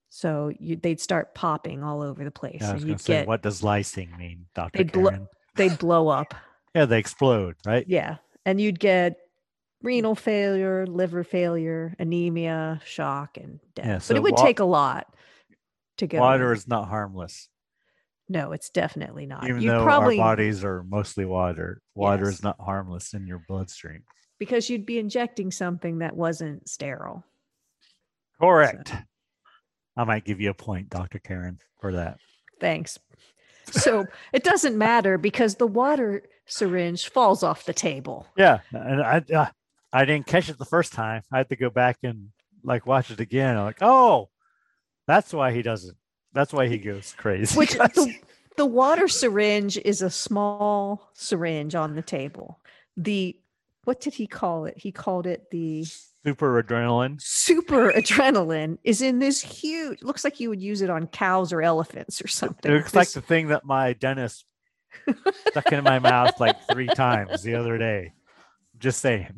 [SPEAKER 2] So you, they'd start popping all over the place,
[SPEAKER 1] Yeah, I
[SPEAKER 2] and
[SPEAKER 1] was going
[SPEAKER 2] you'd
[SPEAKER 1] to say,
[SPEAKER 2] get
[SPEAKER 1] what does lysing mean, Doctor
[SPEAKER 2] They blo-
[SPEAKER 1] Karen?
[SPEAKER 2] they'd blow up.
[SPEAKER 1] yeah, they explode, right?
[SPEAKER 2] Yeah, and you'd get renal failure, liver failure, anemia, shock, and death.
[SPEAKER 1] Yeah,
[SPEAKER 2] but
[SPEAKER 1] so
[SPEAKER 2] it would
[SPEAKER 1] wa-
[SPEAKER 2] take a lot to go.
[SPEAKER 1] Water is not harmless.
[SPEAKER 2] No, it's definitely not.
[SPEAKER 1] Even
[SPEAKER 2] Uh, you
[SPEAKER 1] though
[SPEAKER 2] probably
[SPEAKER 1] our bodies are mostly water, water
[SPEAKER 2] Yes.
[SPEAKER 1] is not harmless in your bloodstream.
[SPEAKER 2] because you'd be injecting something that wasn't sterile.
[SPEAKER 1] Correct. I might give you a point, Dr. Karen, for that.
[SPEAKER 2] Thanks. So it doesn't matter because the water syringe falls off the table.
[SPEAKER 1] Yeah, and I uh, I didn't catch it the first time. I had to go back and like watch it again. I'm like, oh, that's why he doesn't. That's why he goes crazy.
[SPEAKER 2] Which the, the water syringe is a small syringe on the table. The what did he call it? He called it the
[SPEAKER 1] super adrenaline.
[SPEAKER 2] super adrenaline is in this huge looks like you would use it on cows or elephants or
[SPEAKER 1] It
[SPEAKER 2] something.
[SPEAKER 1] looks like
[SPEAKER 2] This-
[SPEAKER 1] the thing that my dentist stuck in my mouth like three times the other day. Just saying.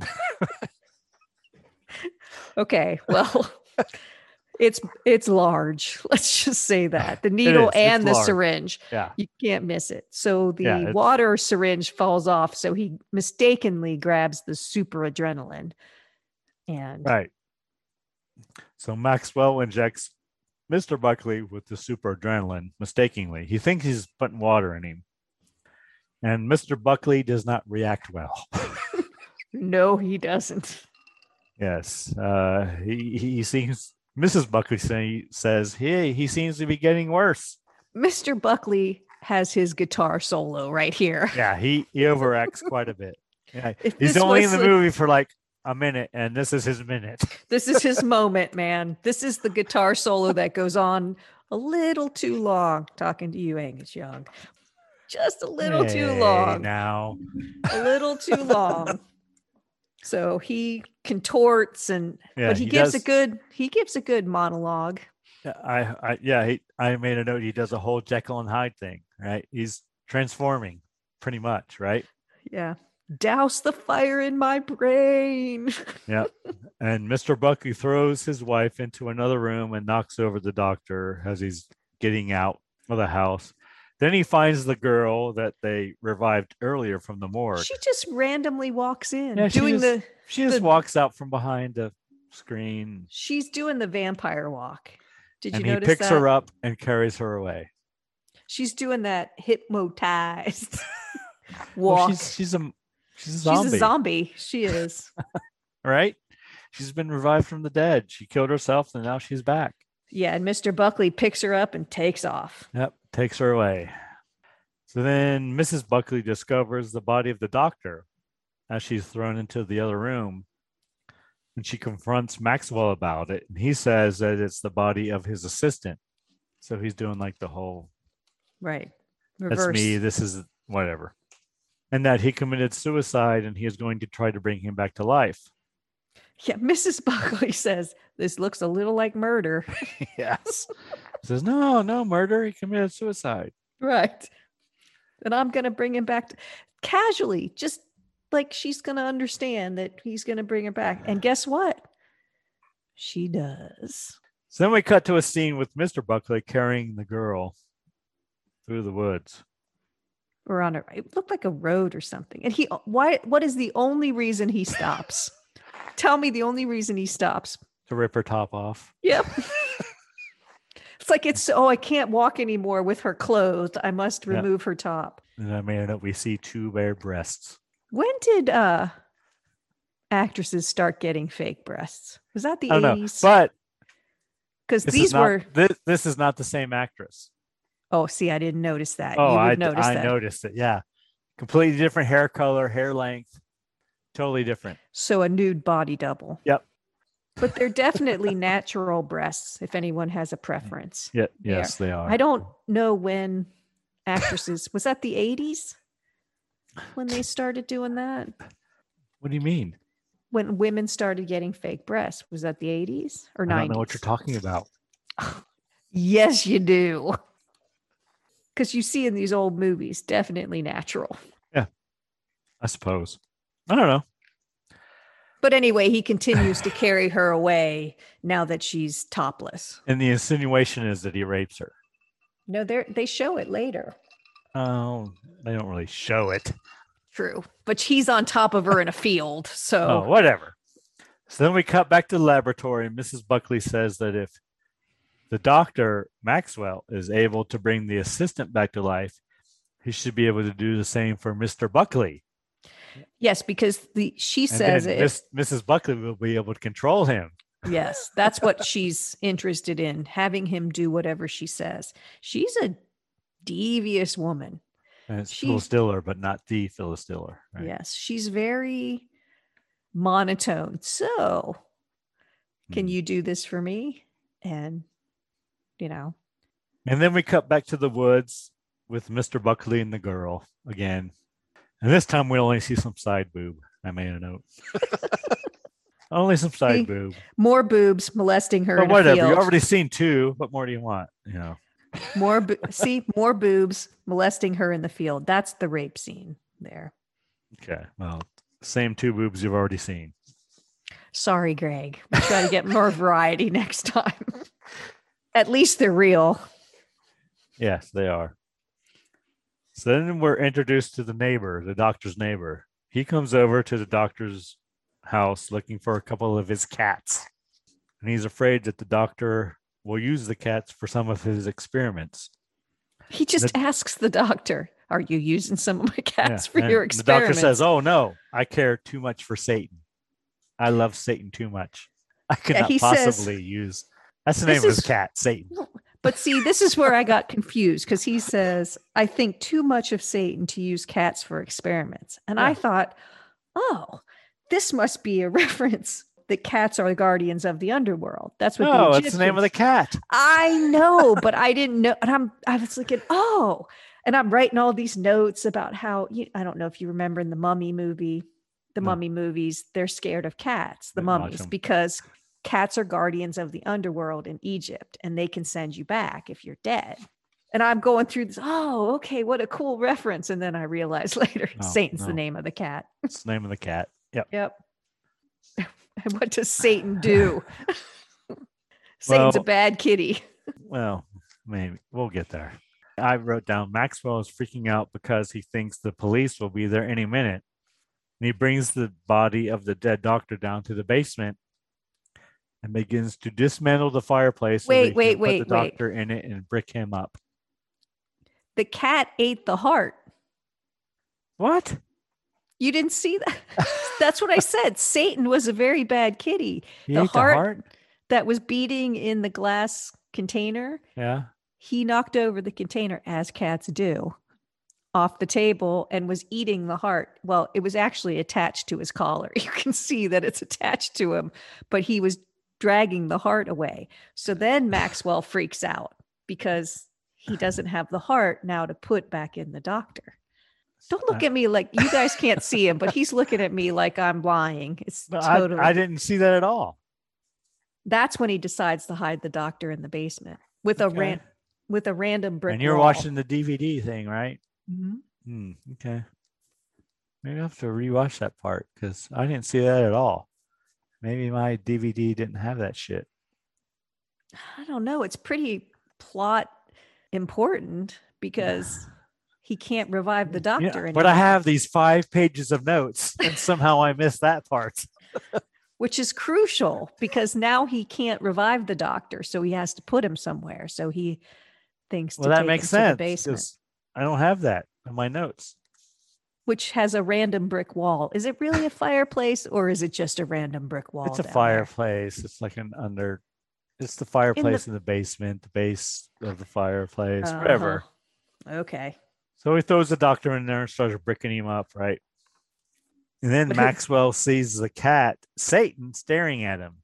[SPEAKER 2] okay, well it's it's large. Let's just say that. The needle
[SPEAKER 1] is, it's
[SPEAKER 2] and the
[SPEAKER 1] large.
[SPEAKER 2] syringe.
[SPEAKER 1] Yeah.
[SPEAKER 2] You can't miss it. So the
[SPEAKER 1] Yeah, it's-
[SPEAKER 2] water syringe falls off. So he mistakenly grabs the super adrenaline. And
[SPEAKER 1] Right. So Maxwell injects Mr. Buckley with the super adrenaline mistakenly. He thinks he's putting water in him. And Mr. Buckley does not react well.
[SPEAKER 2] no, he doesn't.
[SPEAKER 1] yes. Uh, he, he seems, Mrs. Buckley say, says, hey, he seems to be getting worse.
[SPEAKER 2] Mr. Buckley has his guitar solo right here.
[SPEAKER 1] Yeah. He, he overacts quite a bit. Yeah,
[SPEAKER 2] If
[SPEAKER 1] he's
[SPEAKER 2] this
[SPEAKER 1] only in
[SPEAKER 2] was
[SPEAKER 1] the
[SPEAKER 2] a-
[SPEAKER 1] movie for like a minute, and this is his minute.
[SPEAKER 2] This is his moment, man. This is the guitar solo that goes on a little too long. Talking to you, Angus Young. Just a little too
[SPEAKER 1] Hey,
[SPEAKER 2] long.
[SPEAKER 1] Now,
[SPEAKER 2] A little too long. So he contorts and
[SPEAKER 1] yeah,
[SPEAKER 2] but he, gives
[SPEAKER 1] does-
[SPEAKER 2] a good he gives a good monologue.
[SPEAKER 1] Yeah, I, I yeah, he, I made a note. He does a whole Jekyll and Hyde thing, right? He's transforming, pretty much, right?
[SPEAKER 2] Yeah. Douse the fire in my brain.
[SPEAKER 1] And Mr. Buckley throws his wife into another room and knocks over the doctor as he's getting out of the house. Then he finds the girl that they revived earlier from the morgue.
[SPEAKER 2] She just randomly walks in,
[SPEAKER 1] Yeah, she
[SPEAKER 2] doing
[SPEAKER 1] just-
[SPEAKER 2] the
[SPEAKER 1] She just
[SPEAKER 2] the-
[SPEAKER 1] walks out from behind the screen,
[SPEAKER 2] she's doing the vampire walk. Did
[SPEAKER 1] and
[SPEAKER 2] you
[SPEAKER 1] he
[SPEAKER 2] notice
[SPEAKER 1] picks
[SPEAKER 2] that?
[SPEAKER 1] her up and carries her away.
[SPEAKER 2] She's doing that hypnotized walk.
[SPEAKER 1] Well, she's she's
[SPEAKER 2] she's,
[SPEAKER 1] a she's a zombie,
[SPEAKER 2] a zombie. She is.
[SPEAKER 1] right? She's been revived from the dead. She killed herself, and now she's back.
[SPEAKER 2] yeah, and Mr. Buckley picks her up and takes off.
[SPEAKER 1] Yep, takes her away. So then Mrs. Buckley discovers the body of the doctor as she's thrown into the other room. And she confronts Maxwell about it. And he says that it's the body of his assistant. So he's doing like the whole
[SPEAKER 2] Right.
[SPEAKER 1] that's
[SPEAKER 2] Reverse.
[SPEAKER 1] me, this is whatever. And that he committed suicide and he is going to try to bring him back to life.
[SPEAKER 2] Yeah, Mrs. Buckley says this looks a little like murder.
[SPEAKER 1] Yes. says, no, no, murder. He committed suicide.
[SPEAKER 2] Right. And I'm going to bring him back to, casually, just like she's going to understand that he's going to bring her back. And guess what? She does.
[SPEAKER 1] So then we cut to a scene with Mr. Buckley carrying the girl through the woods.
[SPEAKER 2] We're on a it looked like a road or something. And he uh, why what is the only reason he stops? Tell me the only reason he stops.
[SPEAKER 1] to rip her top off.
[SPEAKER 2] Yep. it's like it's oh I can't walk anymore with her clothed. I must
[SPEAKER 1] Yeah.
[SPEAKER 2] remove her top.
[SPEAKER 1] And I made it up. We see two bare breasts.
[SPEAKER 2] When did uh actresses start getting fake breasts? Was that the
[SPEAKER 1] I don't know,
[SPEAKER 2] 80s?
[SPEAKER 1] but
[SPEAKER 2] Because
[SPEAKER 1] this
[SPEAKER 2] these
[SPEAKER 1] is not,
[SPEAKER 2] were
[SPEAKER 1] this, this is not the same actress.
[SPEAKER 2] oh see, I didn't notice that.
[SPEAKER 1] Oh,
[SPEAKER 2] you would
[SPEAKER 1] I, d-
[SPEAKER 2] notice
[SPEAKER 1] I
[SPEAKER 2] that.
[SPEAKER 1] noticed it. Yeah, completely different hair color, hair length, totally different.
[SPEAKER 2] So a nude body double.
[SPEAKER 1] Yep.
[SPEAKER 2] But they're definitely natural breasts, if anyone has
[SPEAKER 1] Mm.
[SPEAKER 2] a preference.
[SPEAKER 1] Yeah,
[SPEAKER 2] They are.
[SPEAKER 1] yes, they are.
[SPEAKER 2] I don't know when actresses was that the 80s when they started doing that?
[SPEAKER 1] What do you mean?
[SPEAKER 2] When women started getting fake breasts. Was that the 80s or
[SPEAKER 1] I
[SPEAKER 2] 90s?
[SPEAKER 1] don't know what you're talking about.
[SPEAKER 2] Yes, you do. Because you see in these old movies, definitely natural.
[SPEAKER 1] I suppose. I don't know.
[SPEAKER 2] But anyway, he continues to carry her away now that she's topless.
[SPEAKER 1] And the insinuation is that he rapes her.
[SPEAKER 2] No, they they show it later.
[SPEAKER 1] Oh, they don't really show it.
[SPEAKER 2] True, but she's on top of her in a field.
[SPEAKER 1] Oh,
[SPEAKER 2] So
[SPEAKER 1] whatever. So then we cut back to the laboratory. and Mrs. Buckley says that if the doctor, Maxwell, is able to bring the assistant back to life, he should be able to do the same for Mr. Buckley.
[SPEAKER 2] Yes, because the she
[SPEAKER 1] And
[SPEAKER 2] says
[SPEAKER 1] then
[SPEAKER 2] it.
[SPEAKER 1] Miss, Mrs. Buckley will be able to control him.
[SPEAKER 2] Yes, that's what she's interested in, having him do whatever she says. She's a devious woman.
[SPEAKER 1] And it's
[SPEAKER 2] She-
[SPEAKER 1] Phyllis Diller, but not the Phyllis Diller. right?
[SPEAKER 2] Yes, she's very monotone. So, can
[SPEAKER 1] Mhm.
[SPEAKER 2] you do this for me? And you know,
[SPEAKER 1] And then we cut back to the woods with Mr. Buckley and the girl again. And this time we only see some side boob. I made a note. only some
[SPEAKER 2] See?
[SPEAKER 1] side boob.
[SPEAKER 2] more boobs molesting her.
[SPEAKER 1] Or
[SPEAKER 2] in a
[SPEAKER 1] whatever.
[SPEAKER 2] field.
[SPEAKER 1] You've already seen two. What more do you want? You know.
[SPEAKER 2] more bo- see more boobs molesting her in the field. That's the rape scene there.
[SPEAKER 1] Okay. Well, same two boobs you've already seen.
[SPEAKER 2] Sorry, Greg. We try to get more variety next time. At least they're real.
[SPEAKER 1] Yes, they are. So then we're introduced to the neighbor, the doctor's neighbor. He comes over to the doctor's house looking for a couple of his cats. And he's afraid that the doctor will use the cats for some of his experiments.
[SPEAKER 2] He just asks the doctor, "Are you using some of my
[SPEAKER 1] Yeah,
[SPEAKER 2] cats for
[SPEAKER 1] and
[SPEAKER 2] your
[SPEAKER 1] The
[SPEAKER 2] experiments?"
[SPEAKER 1] doctor says, Oh, no, I care too much for Satan. I love Satan too much. I could
[SPEAKER 2] Yeah,
[SPEAKER 1] not
[SPEAKER 2] he says-
[SPEAKER 1] possibly use. That's the name
[SPEAKER 2] This
[SPEAKER 1] of his
[SPEAKER 2] is-
[SPEAKER 1] cat, Satan.
[SPEAKER 2] But see, this is where I got confused because he says, I think too much of Satan to use cats for experiments. And I
[SPEAKER 1] Yeah.
[SPEAKER 2] thought, oh, this must be a reference that cats are the guardians of the underworld. That's what
[SPEAKER 1] No,
[SPEAKER 2] the
[SPEAKER 1] it's the name of the
[SPEAKER 2] Egyptians-
[SPEAKER 1] cat.
[SPEAKER 2] I know, but I didn't know. And I'm, I was looking, oh, and I'm writing all these notes about how, you, I don't know if you remember in the mummy movie, the
[SPEAKER 1] No.
[SPEAKER 2] mummy movies, they're scared of cats, the
[SPEAKER 1] Didn't watch
[SPEAKER 2] mummies,
[SPEAKER 1] 'em.
[SPEAKER 2] because cats are guardians of the underworld in Egypt and they can send you back if you're dead. And I'm going through this, oh, okay, what a cool reference. And then I realized later,
[SPEAKER 1] No,
[SPEAKER 2] Satan's the
[SPEAKER 1] no.
[SPEAKER 2] name of the cat.
[SPEAKER 1] It's the name of the cat. Yep.
[SPEAKER 2] Yep. And what does Satan do? Satan's a
[SPEAKER 1] Well-
[SPEAKER 2] bad kitty.
[SPEAKER 1] Well, maybe we'll get there. I wrote down Maxwell is freaking out because he thinks the police will be there any minute. And he brings the body of the dead doctor down to the basement and begins to dismantle the fireplace. so
[SPEAKER 2] Wait,
[SPEAKER 1] they can
[SPEAKER 2] wait,
[SPEAKER 1] put
[SPEAKER 2] wait,
[SPEAKER 1] the
[SPEAKER 2] wait.
[SPEAKER 1] doctor in it and brick him up.
[SPEAKER 2] The cat ate the heart.
[SPEAKER 1] What?
[SPEAKER 2] You didn't see that? That's what I said. Satan was a very bad kitty
[SPEAKER 1] He
[SPEAKER 2] The
[SPEAKER 1] ate
[SPEAKER 2] heart-
[SPEAKER 1] the heart?
[SPEAKER 2] that was beating in the glass container.
[SPEAKER 1] Yeah.
[SPEAKER 2] He knocked over the container, as cats do, off the table and was eating the heart. Well, it was actually attached to his collar. You can see that it's attached to him, but he was dragging the heart away. So then Maxwell freaks out because he doesn't have the heart now to put back in the doctor. Don't look
[SPEAKER 1] Uh,
[SPEAKER 2] at me like you guys can't see him, but he's looking at me like I'm lying. It's
[SPEAKER 1] but I-
[SPEAKER 2] totally.
[SPEAKER 1] I didn't see that at all.
[SPEAKER 2] That's when he decides to hide the doctor in the basement with a
[SPEAKER 1] Okay.
[SPEAKER 2] ran- with a random brick.
[SPEAKER 1] And you're
[SPEAKER 2] wall.
[SPEAKER 1] watching the DVD thing, right?
[SPEAKER 2] Mhm.
[SPEAKER 1] Hmm. Okay. Maybe I have to rewatch that part because I didn't see that at all. Maybe my DVD didn't have that shit.
[SPEAKER 2] I don't know. It's pretty plot important because he can't revive the
[SPEAKER 1] Yeah,
[SPEAKER 2] doctor,
[SPEAKER 1] but I
[SPEAKER 2] anymore,
[SPEAKER 1] have these five pages of notes, and somehow I missed that part.
[SPEAKER 2] which is crucial because now he can't revive the doctor, so he has to put him somewhere. So he thinks
[SPEAKER 1] Well,
[SPEAKER 2] to
[SPEAKER 1] that
[SPEAKER 2] take
[SPEAKER 1] makes
[SPEAKER 2] him to the
[SPEAKER 1] sense
[SPEAKER 2] basement,
[SPEAKER 1] 'cause I don't have that in my notes.
[SPEAKER 2] which has a random brick wall. Is it really a fireplace or is it just a random brick wall?
[SPEAKER 1] it's a
[SPEAKER 2] down there?
[SPEAKER 1] fireplace. It's like an under. It's the fireplace in the basement, the base of the fireplace, whatever.
[SPEAKER 2] Uh-huh. Okay.
[SPEAKER 1] So he throws the doctor in there and starts bricking him up, right? And then
[SPEAKER 2] But who-
[SPEAKER 1] Maxwell sees the cat, Satan, staring at him.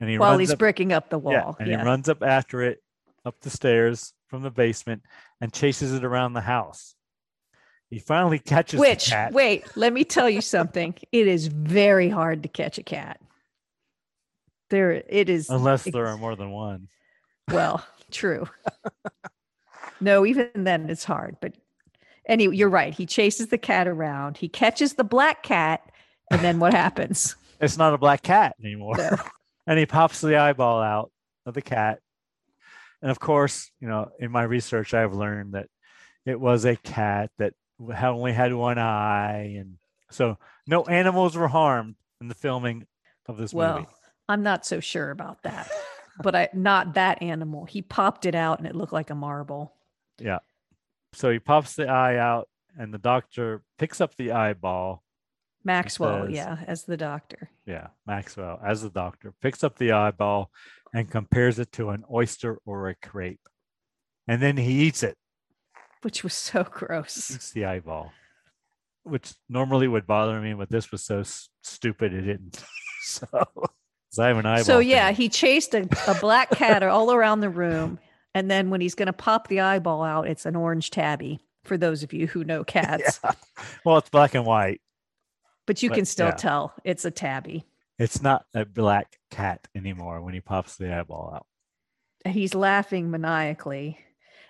[SPEAKER 1] And he
[SPEAKER 2] while
[SPEAKER 1] runs
[SPEAKER 2] he's
[SPEAKER 1] up,
[SPEAKER 2] bricking up the
[SPEAKER 1] yeah,
[SPEAKER 2] wall.
[SPEAKER 1] and
[SPEAKER 2] yeah.
[SPEAKER 1] he runs up after it, up the stairs from the basement, and chases it around the house. He finally catches the
[SPEAKER 2] Which,
[SPEAKER 1] cat.
[SPEAKER 2] wait, let me tell you something. It is very hard to catch a cat. There, it is.
[SPEAKER 1] Unless
[SPEAKER 2] ex-
[SPEAKER 1] there are more than one.
[SPEAKER 2] Well, true. no, even then it's hard. But anyway, you're right. He chases the cat around. He catches the black cat, and then what happens?
[SPEAKER 1] It's not a black cat anymore.
[SPEAKER 2] No.
[SPEAKER 1] and he pops the eyeball out of the cat. And of course, you know, in my research, I've learned that it was a cat that w- had only had one eye, and so no animals were harmed in the filming of this
[SPEAKER 2] Well,
[SPEAKER 1] movie.
[SPEAKER 2] I'm not so sure about that. but I not that animal. He popped it out and it looked like a marble.
[SPEAKER 1] So he pops the eye out, and the doctor picks up the eyeball.
[SPEAKER 2] Maxwell,
[SPEAKER 1] says-
[SPEAKER 2] yeah, as the doctor.
[SPEAKER 1] Yeah, Maxwell, as the doctor, picks up the eyeball and compares it to an oyster or a grape. And then he eats it,
[SPEAKER 2] Which was so gross.
[SPEAKER 1] eats the eyeball, which normally would bother me, but this was so s- stupid it didn't. so, 'cause I have an eyeball.
[SPEAKER 2] So yeah,
[SPEAKER 1] thing.
[SPEAKER 2] he chased a, a black cat all around the room. And then when he's gonna pop the eyeball out, it's an orange tabby for those of you who know cats.
[SPEAKER 1] Yeah. Well, it's black and white.
[SPEAKER 2] But you
[SPEAKER 1] But,
[SPEAKER 2] can still
[SPEAKER 1] yeah.
[SPEAKER 2] tell it's a tabby.
[SPEAKER 1] It's not a black cat anymore when he pops the eyeball out.
[SPEAKER 2] And he's laughing maniacally.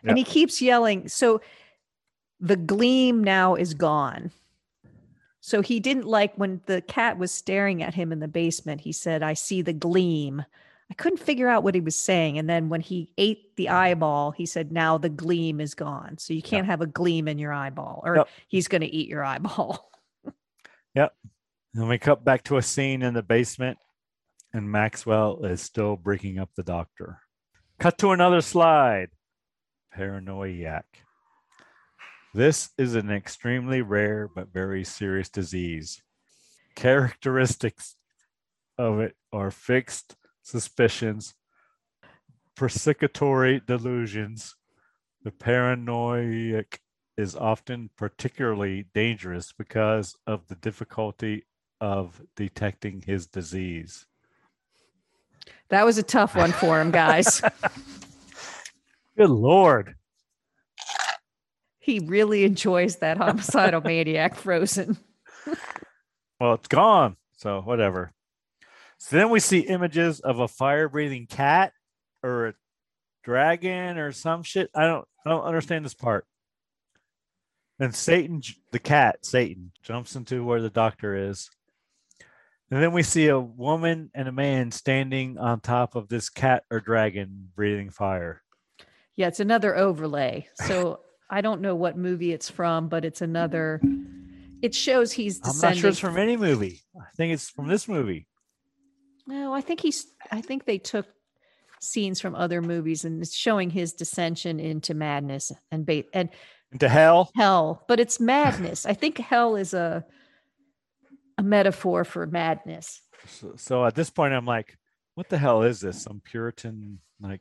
[SPEAKER 2] And
[SPEAKER 1] Yeah.
[SPEAKER 2] he keeps yelling. So the gleam now is gone. So he didn't like when the cat was staring at him in the basement, he said, I see the gleam. I couldn't figure out what he was saying. And then when he ate the eyeball, he said, Now the gleam is gone. So you can't have a gleam in your eyeball, or
[SPEAKER 1] Yep.
[SPEAKER 2] he's going to eat your eyeball.
[SPEAKER 1] And we cut back to a scene in the basement, and Maxwell is still breaking up the doctor. Cut to another slide. Paranoiac. This is an extremely rare but very serious disease. Characteristics of it are fixed suspicions, persecutory delusions. The paranoiac is often particularly dangerous because of the difficulty of detecting his disease.
[SPEAKER 2] That was a tough one for him, guys.
[SPEAKER 1] Good Lord.
[SPEAKER 2] he really enjoys that homicidal maniac frozen.
[SPEAKER 1] Well, it's gone. So, whatever. So then we see images of a fire breathing cat or a dragon or some shit. I don't I don't understand this part. Then Satan j- the cat, Satan, jumps into where the doctor is. And then we see a woman and a man standing on top of this cat or dragon breathing fire.
[SPEAKER 2] Yeah, it's another overlay. So I don't know what movie it's from, but it's another. It shows he's
[SPEAKER 1] I'm
[SPEAKER 2] descending.
[SPEAKER 1] not sure it's from any movie. I think it's from this movie.
[SPEAKER 2] No, I think he's. I think they took scenes from other movies and it's showing his dissension into madness and bait and
[SPEAKER 1] Into hell.
[SPEAKER 2] hell. But it's madness. I think hell is a a metaphor for madness.
[SPEAKER 1] So, so at this point, I'm like, what the hell is this? Some Puritan like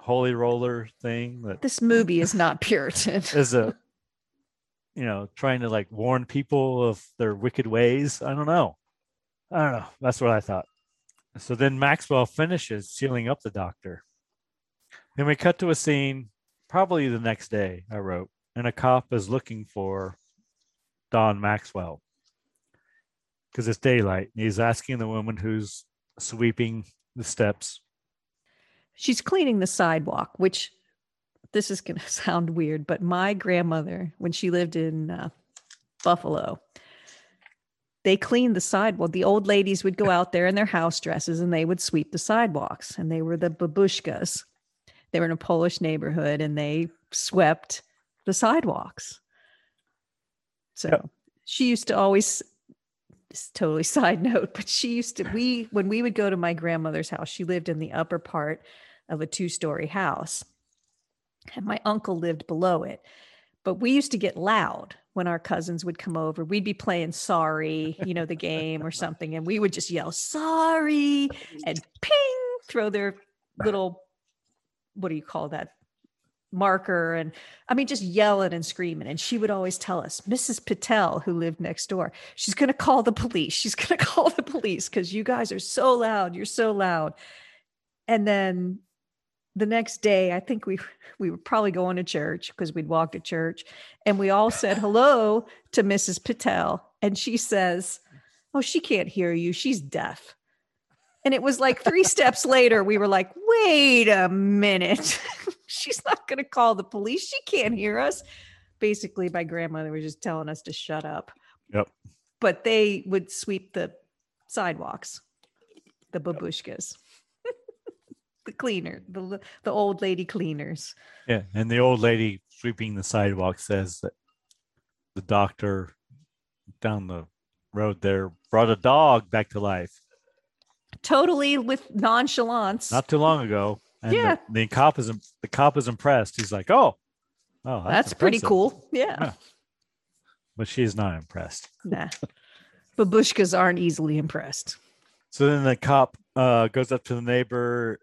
[SPEAKER 1] holy roller thing that
[SPEAKER 2] This movie is not Puritan.
[SPEAKER 1] is a, you know, trying to like warn people of their wicked ways. I don't know. I don't know. That's what I thought. So then Maxwell finishes sealing up the doctor. Then we cut to a scene, probably the next day, I wrote, and a cop is looking for Don Maxwell because it's daylight. And he's asking the woman who's sweeping the steps.
[SPEAKER 2] she's cleaning the sidewalk which this is going to sound weird but my grandmother when she lived in uh, buffalo they cleaned the sidewalk the old ladies would go out there in their house dresses and they would sweep the sidewalks and they were the babushkas they were in a polish neighborhood and they swept the sidewalks so
[SPEAKER 1] Yep.
[SPEAKER 2] she used to always this is totally side note, but she used to we when we would go to my grandmother's house, she lived in the upper part of a two-story house. And my uncle lived below it. But we used to get loud when our cousins would come over. We'd be playing sorry, you know, the game or something, and we would just yell sorry and ping, throw their little what do you call that? marker and I mean just yelling and screaming and she would always tell us Mrs. Patel who lived next door she's going to call the police. She's going to call the police because you guys are so loud. You're so loud. And then the next day, I think we we were probably going to church because we'd walked to church, and we all said hello to Mrs. Patel, and she says, "Oh, she can't hear you. She's deaf." And it was like three steps later, we were like, "Wait a minute, she's not going to call the police. She can't hear us." Basically, my grandmother was just telling us to shut up but they would sweep the sidewalks, the babushkas, the cleaner, the l- the old lady cleaners.
[SPEAKER 1] Yeah. And the old lady sweeping the sidewalk says that the doctor down the road there brought a dog back to life.
[SPEAKER 2] totally with nonchalance.
[SPEAKER 1] not too long ago. And
[SPEAKER 2] Yeah.
[SPEAKER 1] the, the cop is im- the cop is impressed. He's like, "Oh, oh,
[SPEAKER 2] That's, pretty
[SPEAKER 1] impressive."
[SPEAKER 2] cool. Yeah.
[SPEAKER 1] But she's not impressed.
[SPEAKER 2] Nah. Babushkas aren't easily impressed.
[SPEAKER 1] So then the cop uh, goes up to the neighbor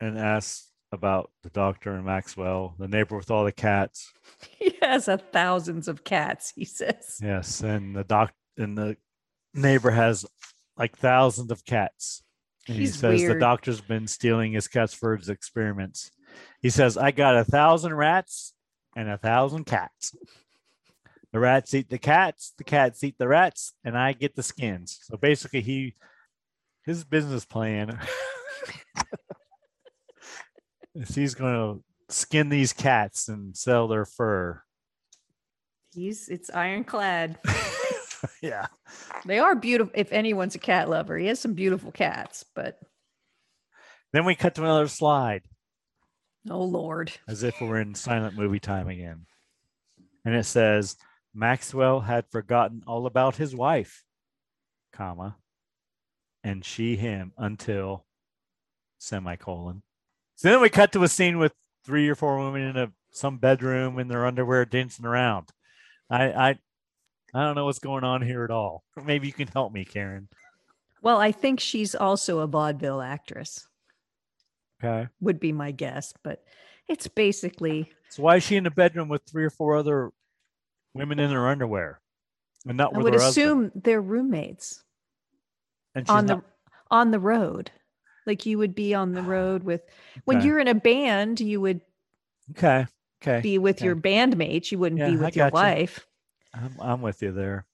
[SPEAKER 1] and asks about the doctor and Maxwell, the neighbor with all the cats.
[SPEAKER 2] He has a thousands of cats, he says.
[SPEAKER 1] Yes, and the doc and the neighbor has like thousands of cats. And he
[SPEAKER 2] He's
[SPEAKER 1] says the
[SPEAKER 2] weird.
[SPEAKER 1] doctor's been stealing his cats for his experiments. He says, I got a thousand rats and a thousand cats. The rats eat the cats, the cats eat the rats, and I get the skins. So basically he his business plan is he's gonna skin these cats and sell their fur.
[SPEAKER 2] He's it's ironclad.
[SPEAKER 1] yeah.
[SPEAKER 2] They are beautiful. If anyone's a cat lover, he has some beautiful cats, but
[SPEAKER 1] Then we cut to another slide
[SPEAKER 2] oh lord.
[SPEAKER 1] as if we're in silent movie time again. And it says Maxwell had forgotten all about his wife, comma, and she him until semicolon. So then we cut to a scene with three or four women in a some bedroom in their underwear dancing around. I I I don't know what's going on here at all. Maybe you can help me, Karen.
[SPEAKER 2] Well, I think she's also a vaudeville actress,
[SPEAKER 1] Okay.
[SPEAKER 2] would be my guess, but it's basically
[SPEAKER 1] So why is she in the bedroom with three or four other women in their underwear? And not
[SPEAKER 2] I
[SPEAKER 1] with
[SPEAKER 2] would
[SPEAKER 1] her husband?
[SPEAKER 2] assume they're roommates
[SPEAKER 1] and she's
[SPEAKER 2] on
[SPEAKER 1] not-
[SPEAKER 2] the on the road. Like you would be on the road with when
[SPEAKER 1] Okay.
[SPEAKER 2] you're in a band, you would
[SPEAKER 1] okay okay
[SPEAKER 2] be with your bandmates. You wouldn't
[SPEAKER 1] Yeah,
[SPEAKER 2] be
[SPEAKER 1] I
[SPEAKER 2] with your
[SPEAKER 1] gotcha.
[SPEAKER 2] wife.
[SPEAKER 1] I'm, I'm with you there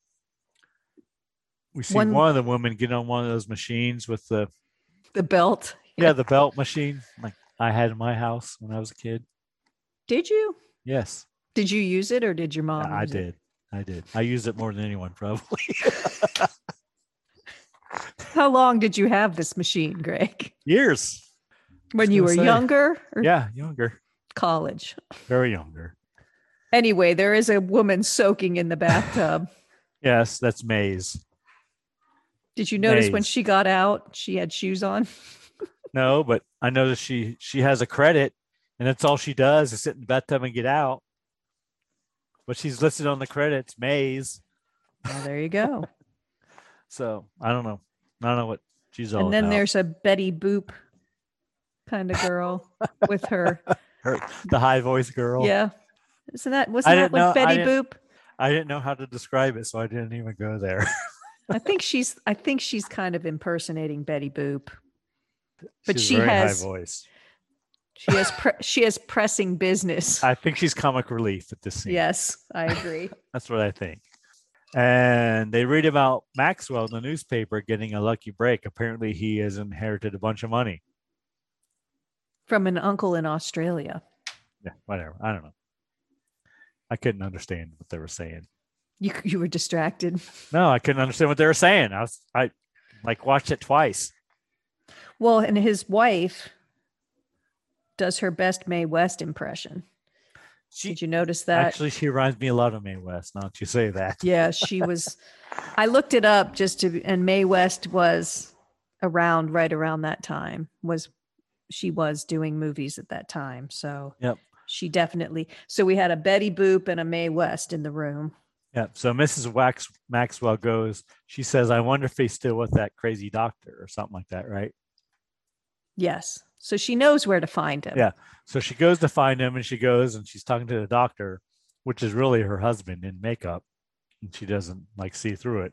[SPEAKER 1] we see
[SPEAKER 2] One-
[SPEAKER 1] one, of the women get on one of those machines with the
[SPEAKER 2] The belt.
[SPEAKER 1] yeah the belt machine like i had in my house when i was a kid
[SPEAKER 2] Did you?
[SPEAKER 1] yes
[SPEAKER 2] Did you use it or did your mom?
[SPEAKER 1] i
[SPEAKER 2] use it?
[SPEAKER 1] did i did i used it more than anyone probably
[SPEAKER 2] How long did you have this machine, Greg?
[SPEAKER 1] years
[SPEAKER 2] When you were
[SPEAKER 1] gonna say.
[SPEAKER 2] younger or
[SPEAKER 1] yeah younger
[SPEAKER 2] college?
[SPEAKER 1] very younger
[SPEAKER 2] Anyway, there is a woman soaking in the bathtub.
[SPEAKER 1] yes that's maze
[SPEAKER 2] did you notice when
[SPEAKER 1] Maze.
[SPEAKER 2] she got out, she had shoes on?
[SPEAKER 1] no but i noticed she she has a credit and that's all she does is sit in the bathtub and get out but she's listed on the credits maze
[SPEAKER 2] Well, there you go.
[SPEAKER 1] So I don't know. I don't know what she's all
[SPEAKER 2] and then
[SPEAKER 1] about.
[SPEAKER 2] there's a Betty Boop kind of girl with her.
[SPEAKER 1] Her, the high voice girl.
[SPEAKER 2] Yeah. Isn't that wasn't that
[SPEAKER 1] didn't
[SPEAKER 2] with
[SPEAKER 1] know- I
[SPEAKER 2] Betty
[SPEAKER 1] didn't-
[SPEAKER 2] Boop?
[SPEAKER 1] I didn't know how to describe it, so I didn't even go there.
[SPEAKER 2] I think she's I think she's kind of impersonating Betty Boop. But
[SPEAKER 1] She's
[SPEAKER 2] she
[SPEAKER 1] very
[SPEAKER 2] has-
[SPEAKER 1] high voice.
[SPEAKER 2] She has pre- she has pressing business.
[SPEAKER 1] I think she's comic relief at this scene.
[SPEAKER 2] yes, I agree.
[SPEAKER 1] That's what I think. And they read about Maxwell in the newspaper getting a lucky break. Apparently he has inherited a bunch of money.
[SPEAKER 2] From an uncle in Australia.
[SPEAKER 1] Yeah, whatever. I don't know. I couldn't understand what they were saying.
[SPEAKER 2] You you were distracted.
[SPEAKER 1] No, I couldn't understand what they were saying. I was I like watched it twice.
[SPEAKER 2] Well, and his wife does her best Mae West impression.
[SPEAKER 1] She
[SPEAKER 2] Did you notice that?
[SPEAKER 1] actually she reminds me a lot of Mae West, now that you say that.
[SPEAKER 2] yeah, she was. I looked it up just to, and Mae West was around right around that time. Was she was doing movies at that time? So
[SPEAKER 1] Yep.
[SPEAKER 2] she definitely. So we had a Betty Boop and a Mae West in the room.
[SPEAKER 1] Yeah. So Mrs. Wax Maxwell goes, she says, I wonder if he's still with that crazy doctor or something like that, right?
[SPEAKER 2] Yes, so she knows where to find him.
[SPEAKER 1] Yeah. So she goes to find him and she goes and she's talking to the doctor, which is really her husband in makeup. And she doesn't like see through it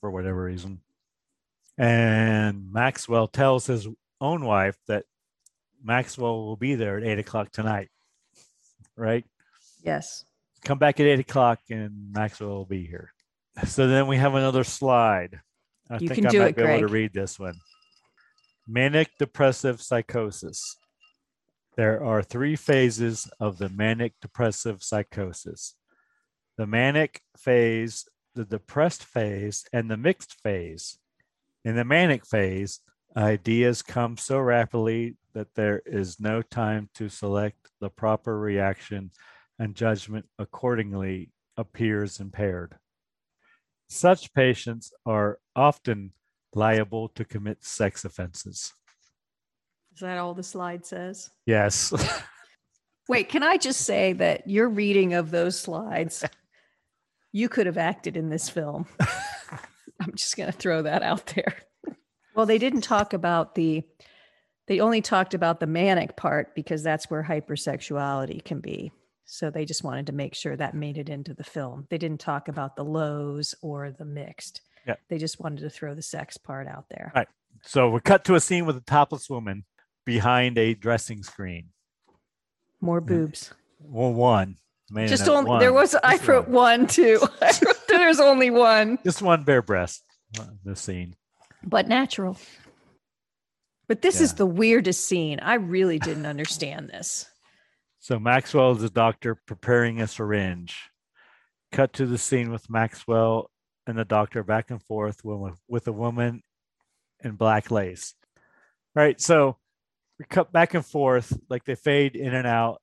[SPEAKER 1] for whatever reason. And Maxwell tells his own wife that Maxwell will be there at eight o'clock tonight. Right?
[SPEAKER 2] Yes.
[SPEAKER 1] come back at eight o'clock and Maxwell will be here. So then we have another slide. I
[SPEAKER 2] You
[SPEAKER 1] think
[SPEAKER 2] can
[SPEAKER 1] I
[SPEAKER 2] do
[SPEAKER 1] might
[SPEAKER 2] it,
[SPEAKER 1] be able
[SPEAKER 2] Greg.
[SPEAKER 1] to read this one. Manic depressive psychosis. There are three phases of the manic depressive psychosis the manic phase, the depressed phase, and the mixed phase. In the manic phase, ideas come so rapidly that there is no time to select the proper reaction and judgment accordingly appears impaired. Such patients are often liable to commit sex offenses.
[SPEAKER 2] Is that all the slide says?
[SPEAKER 1] Yes.
[SPEAKER 2] Wait, can I just say that your reading of those slides, you could have acted in this film. I'm just going to throw that out there. Well, they didn't talk about the, they only talked about the manic part because that's where hypersexuality can be. So they just wanted to make sure that made it into the film. They didn't talk about the lows or the mixed.
[SPEAKER 1] Yeah.
[SPEAKER 2] They just wanted to throw the sex part out there.
[SPEAKER 1] Right. so we cut to a scene with a topless woman behind a dressing screen.
[SPEAKER 2] More boobs.
[SPEAKER 1] Well, one. Man,
[SPEAKER 2] just
[SPEAKER 1] that
[SPEAKER 2] only
[SPEAKER 1] one.
[SPEAKER 2] there was I
[SPEAKER 1] Just
[SPEAKER 2] wrote
[SPEAKER 1] one.
[SPEAKER 2] one too. I wrote, there's only one,
[SPEAKER 1] just one bare breast. uh, The scene.
[SPEAKER 2] but natural. But this is
[SPEAKER 1] Yeah.
[SPEAKER 2] the weirdest scene. I really didn't understand this.
[SPEAKER 1] So Maxwell is a doctor preparing a syringe. Cut to the scene with Maxwell and the doctor back and forth with, with a woman in black lace. Right. So we cut back and forth, like they fade in and out.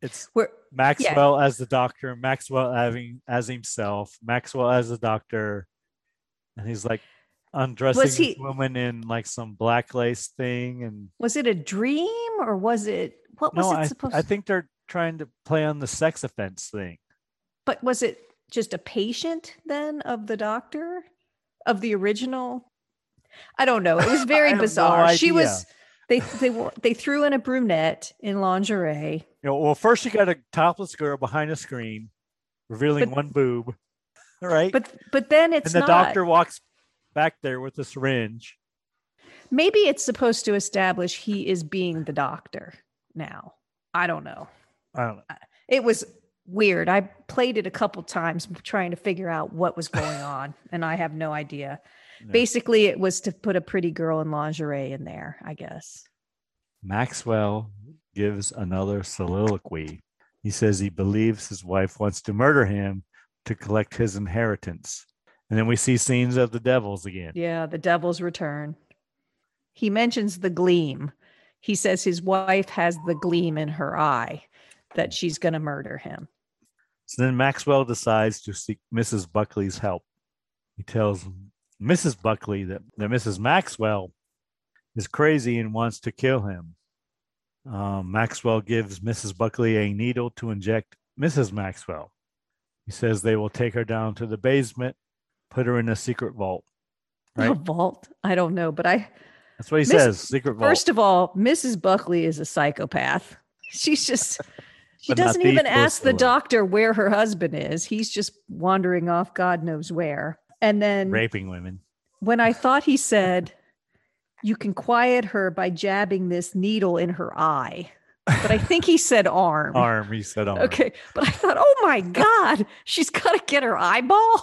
[SPEAKER 1] It's
[SPEAKER 2] Where
[SPEAKER 1] Maxwell as the doctor, Maxwell having as himself, Maxwell as the doctor, and he's like undressing
[SPEAKER 2] he-
[SPEAKER 1] this woman in like some black lace thing, and
[SPEAKER 2] was it a dream or was it what was
[SPEAKER 1] no,
[SPEAKER 2] it
[SPEAKER 1] I,
[SPEAKER 2] supposed
[SPEAKER 1] I think they're trying to play on the sex offense thing.
[SPEAKER 2] but was it just a patient then of the doctor of the original? I don't know. It was
[SPEAKER 1] I
[SPEAKER 2] very
[SPEAKER 1] have no
[SPEAKER 2] bizarre. she
[SPEAKER 1] idea.
[SPEAKER 2] was they they wa- they threw in a brunette in lingerie.
[SPEAKER 1] You know, well, first you got a topless girl behind a screen, revealing
[SPEAKER 2] But-
[SPEAKER 1] one boob, right?
[SPEAKER 2] But but then it's
[SPEAKER 1] and the
[SPEAKER 2] not.
[SPEAKER 1] doctor walks back there with a syringe.
[SPEAKER 2] Maybe it's supposed to establish he is being the doctor now. I don't know.
[SPEAKER 1] I don't know.
[SPEAKER 2] Uh, It was weird. I played it a couple times trying to figure out what was going on, and I have no idea.
[SPEAKER 1] Yeah.
[SPEAKER 2] Basically, it was to put a pretty girl in lingerie in there, I guess.
[SPEAKER 1] Maxwell gives another soliloquy. He says he believes his wife wants to murder him to collect his inheritance. And then we see scenes of the devils again.
[SPEAKER 2] Yeah, the devil's return. He mentions the gleam. He says his wife has the gleam in her eye that she's going to murder him.
[SPEAKER 1] So then Maxwell decides to seek Mrs. Buckley's help. He tells Mrs. Buckley that, that Mrs. Maxwell is crazy and wants to kill him. Um, Maxwell gives Mrs. Buckley a needle to inject Mrs. Maxwell. He says they will take her down to the basement, put her in a secret vault.
[SPEAKER 2] The
[SPEAKER 1] Right.
[SPEAKER 2] vault. I don't know, but I
[SPEAKER 1] That's what he
[SPEAKER 2] Miss-
[SPEAKER 1] says. Secret vault.
[SPEAKER 2] First of all, Mrs. Buckley is a psychopath. She's just she
[SPEAKER 1] But not
[SPEAKER 2] doesn't
[SPEAKER 1] the
[SPEAKER 2] even
[SPEAKER 1] first
[SPEAKER 2] ask the
[SPEAKER 1] one.
[SPEAKER 2] doctor where her husband is. He's just wandering off God knows where. And then
[SPEAKER 1] raping women.
[SPEAKER 2] when I thought he said you can quiet her by jabbing this needle in her eye. But I think he said arm.
[SPEAKER 1] Arm. He said arm.
[SPEAKER 2] Okay. But I thought, "Oh my god, she's got to get her eyeball."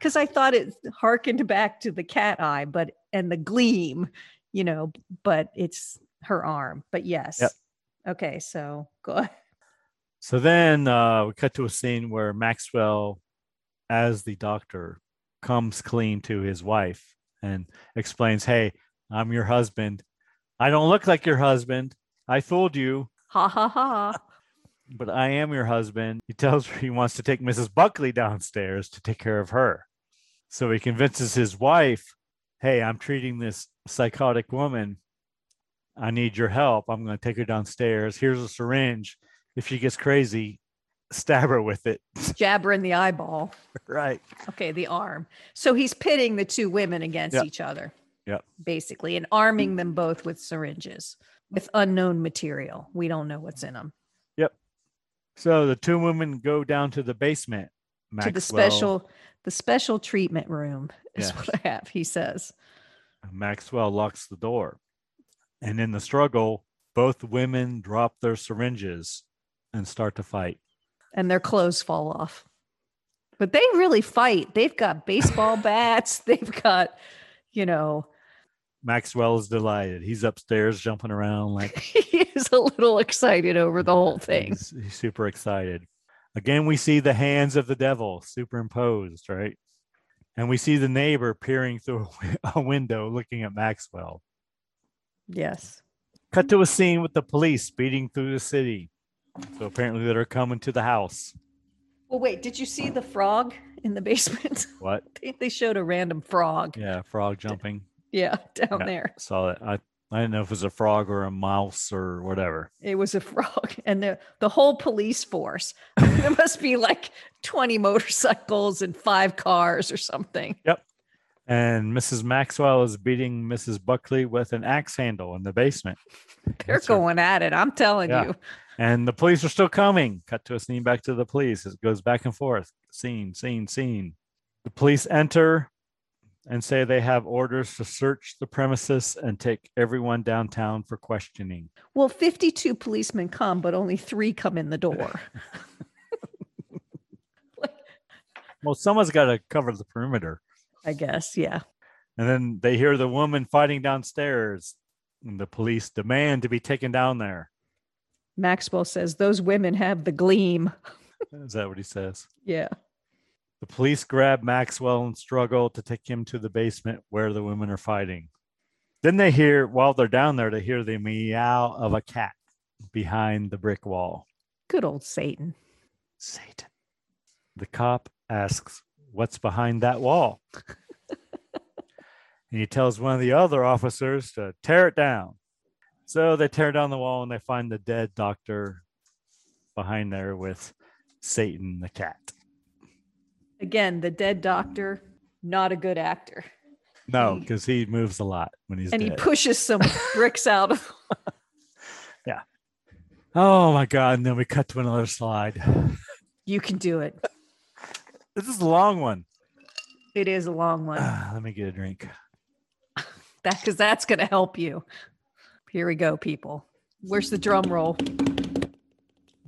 [SPEAKER 2] Cuz I thought it harkened back to the cat eye, but and the gleam, you know, but it's her arm. But yes.
[SPEAKER 1] Yep.
[SPEAKER 2] Okay, so go ahead.
[SPEAKER 1] So then uh, we cut to a scene where Maxwell, as the doctor, comes clean to his wife and explains, "Hey, I'm your husband. I don't look like your husband. I fooled you,
[SPEAKER 2] Ha ha ha.
[SPEAKER 1] but I am your husband." He tells her he wants to take Mrs. Buckley downstairs to take care of her. So he convinces his wife, "Hey, I'm treating this psychotic woman. I need your help. I'm going to take her downstairs. Here's a syringe. If she gets crazy." Stab her with it.
[SPEAKER 2] Jabber in the eyeball.
[SPEAKER 1] Right.
[SPEAKER 2] Okay, the arm. So he's pitting the two women against
[SPEAKER 1] Yeah.
[SPEAKER 2] each other.
[SPEAKER 1] Yeah.
[SPEAKER 2] Basically, and arming them both with syringes with unknown material. We don't know what's in them.
[SPEAKER 1] So the two women go down to the basement.
[SPEAKER 2] to the
[SPEAKER 1] Maxwell-
[SPEAKER 2] special the special treatment room is
[SPEAKER 1] Yeah.
[SPEAKER 2] what I have, he says.
[SPEAKER 1] Maxwell locks the door. And in the struggle, both women drop their syringes and start to fight.
[SPEAKER 2] And their clothes fall off. But they really fight. They've got baseball bats, they've got, you know,
[SPEAKER 1] Maxwell is delighted. He's upstairs jumping around like
[SPEAKER 2] he is a little excited over the whole thing.
[SPEAKER 1] He's, he's super excited. Again, we see the hands of the devil superimposed, right? And we see the neighbor peering through a wi- a window looking at Maxwell.
[SPEAKER 2] Yes.
[SPEAKER 1] Cut to a scene with the police speeding through the city. So apparently they're coming to the house.
[SPEAKER 2] Well, wait, did you see the frog in the basement?
[SPEAKER 1] What?
[SPEAKER 2] They- they showed a random frog.
[SPEAKER 1] Yeah, frog jumping.
[SPEAKER 2] Yeah, down
[SPEAKER 1] Yeah.
[SPEAKER 2] there.
[SPEAKER 1] Saw it. I I didn't know if it was a frog or a mouse or whatever.
[SPEAKER 2] It was a frog, and the the whole police force. there must be like twenty motorcycles and five cars or something.
[SPEAKER 1] And Mrs. Maxwell is beating Mrs. Buckley with an axe handle in the basement.
[SPEAKER 2] They're
[SPEAKER 1] That's right.
[SPEAKER 2] going at it. I'm telling
[SPEAKER 1] Yeah.
[SPEAKER 2] you.
[SPEAKER 1] And the police are still coming. Cut to a scene back to the police. It goes back and forth. Scene, scene, scene. The police enter and say they have orders to search the premises and take everyone downtown for questioning.
[SPEAKER 2] Well, fifty two policemen come, but only three come in the door.
[SPEAKER 1] Well, someone's got to cover the perimeter.
[SPEAKER 2] I guess. Yeah.
[SPEAKER 1] And then they hear the woman fighting downstairs. And the police demand to be taken down there.
[SPEAKER 2] Maxwell says those women have the gleam.
[SPEAKER 1] Is that what he says?
[SPEAKER 2] Yeah.
[SPEAKER 1] The police grab Maxwell and struggle to take him to the basement where the women are fighting. Then they hear, while they're down there, they hear the meow of a cat behind the brick wall.
[SPEAKER 2] Good old Satan.
[SPEAKER 1] Satan. The cop asks, What's behind that wall? and he tells one of the other officers to tear it down. So they tear down the wall and they find the dead doctor behind there with Satan the cat.
[SPEAKER 2] Again, the dead doctor, not a good actor.
[SPEAKER 1] No,
[SPEAKER 2] He-
[SPEAKER 1] because he moves a lot when he's
[SPEAKER 2] and
[SPEAKER 1] dead.
[SPEAKER 2] he pushes some bricks out of
[SPEAKER 1] Oh my god! And then we cut to another slide.
[SPEAKER 2] you can do it.
[SPEAKER 1] This is a long one.
[SPEAKER 2] It is a long one.
[SPEAKER 1] Ah, let me get a drink.
[SPEAKER 2] That because that's gonna help you. Here we go, people. Where's the drum roll?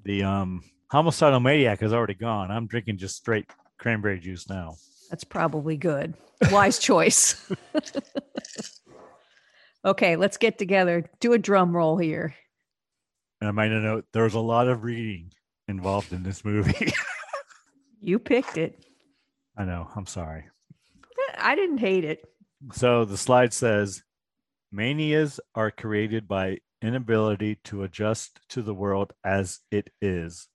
[SPEAKER 1] The um homicidal maniac is already gone. I'm drinking just straight cranberry juice now.
[SPEAKER 2] That's probably good. Wise choice. okay, let's get together. Do a drum roll here.
[SPEAKER 1] And I might note there's a lot of reading involved in this movie.
[SPEAKER 2] You picked it.
[SPEAKER 1] I know. I'm sorry.
[SPEAKER 2] I didn't hate it.
[SPEAKER 1] So the slide says manias are created by inability to adjust to the world as it is.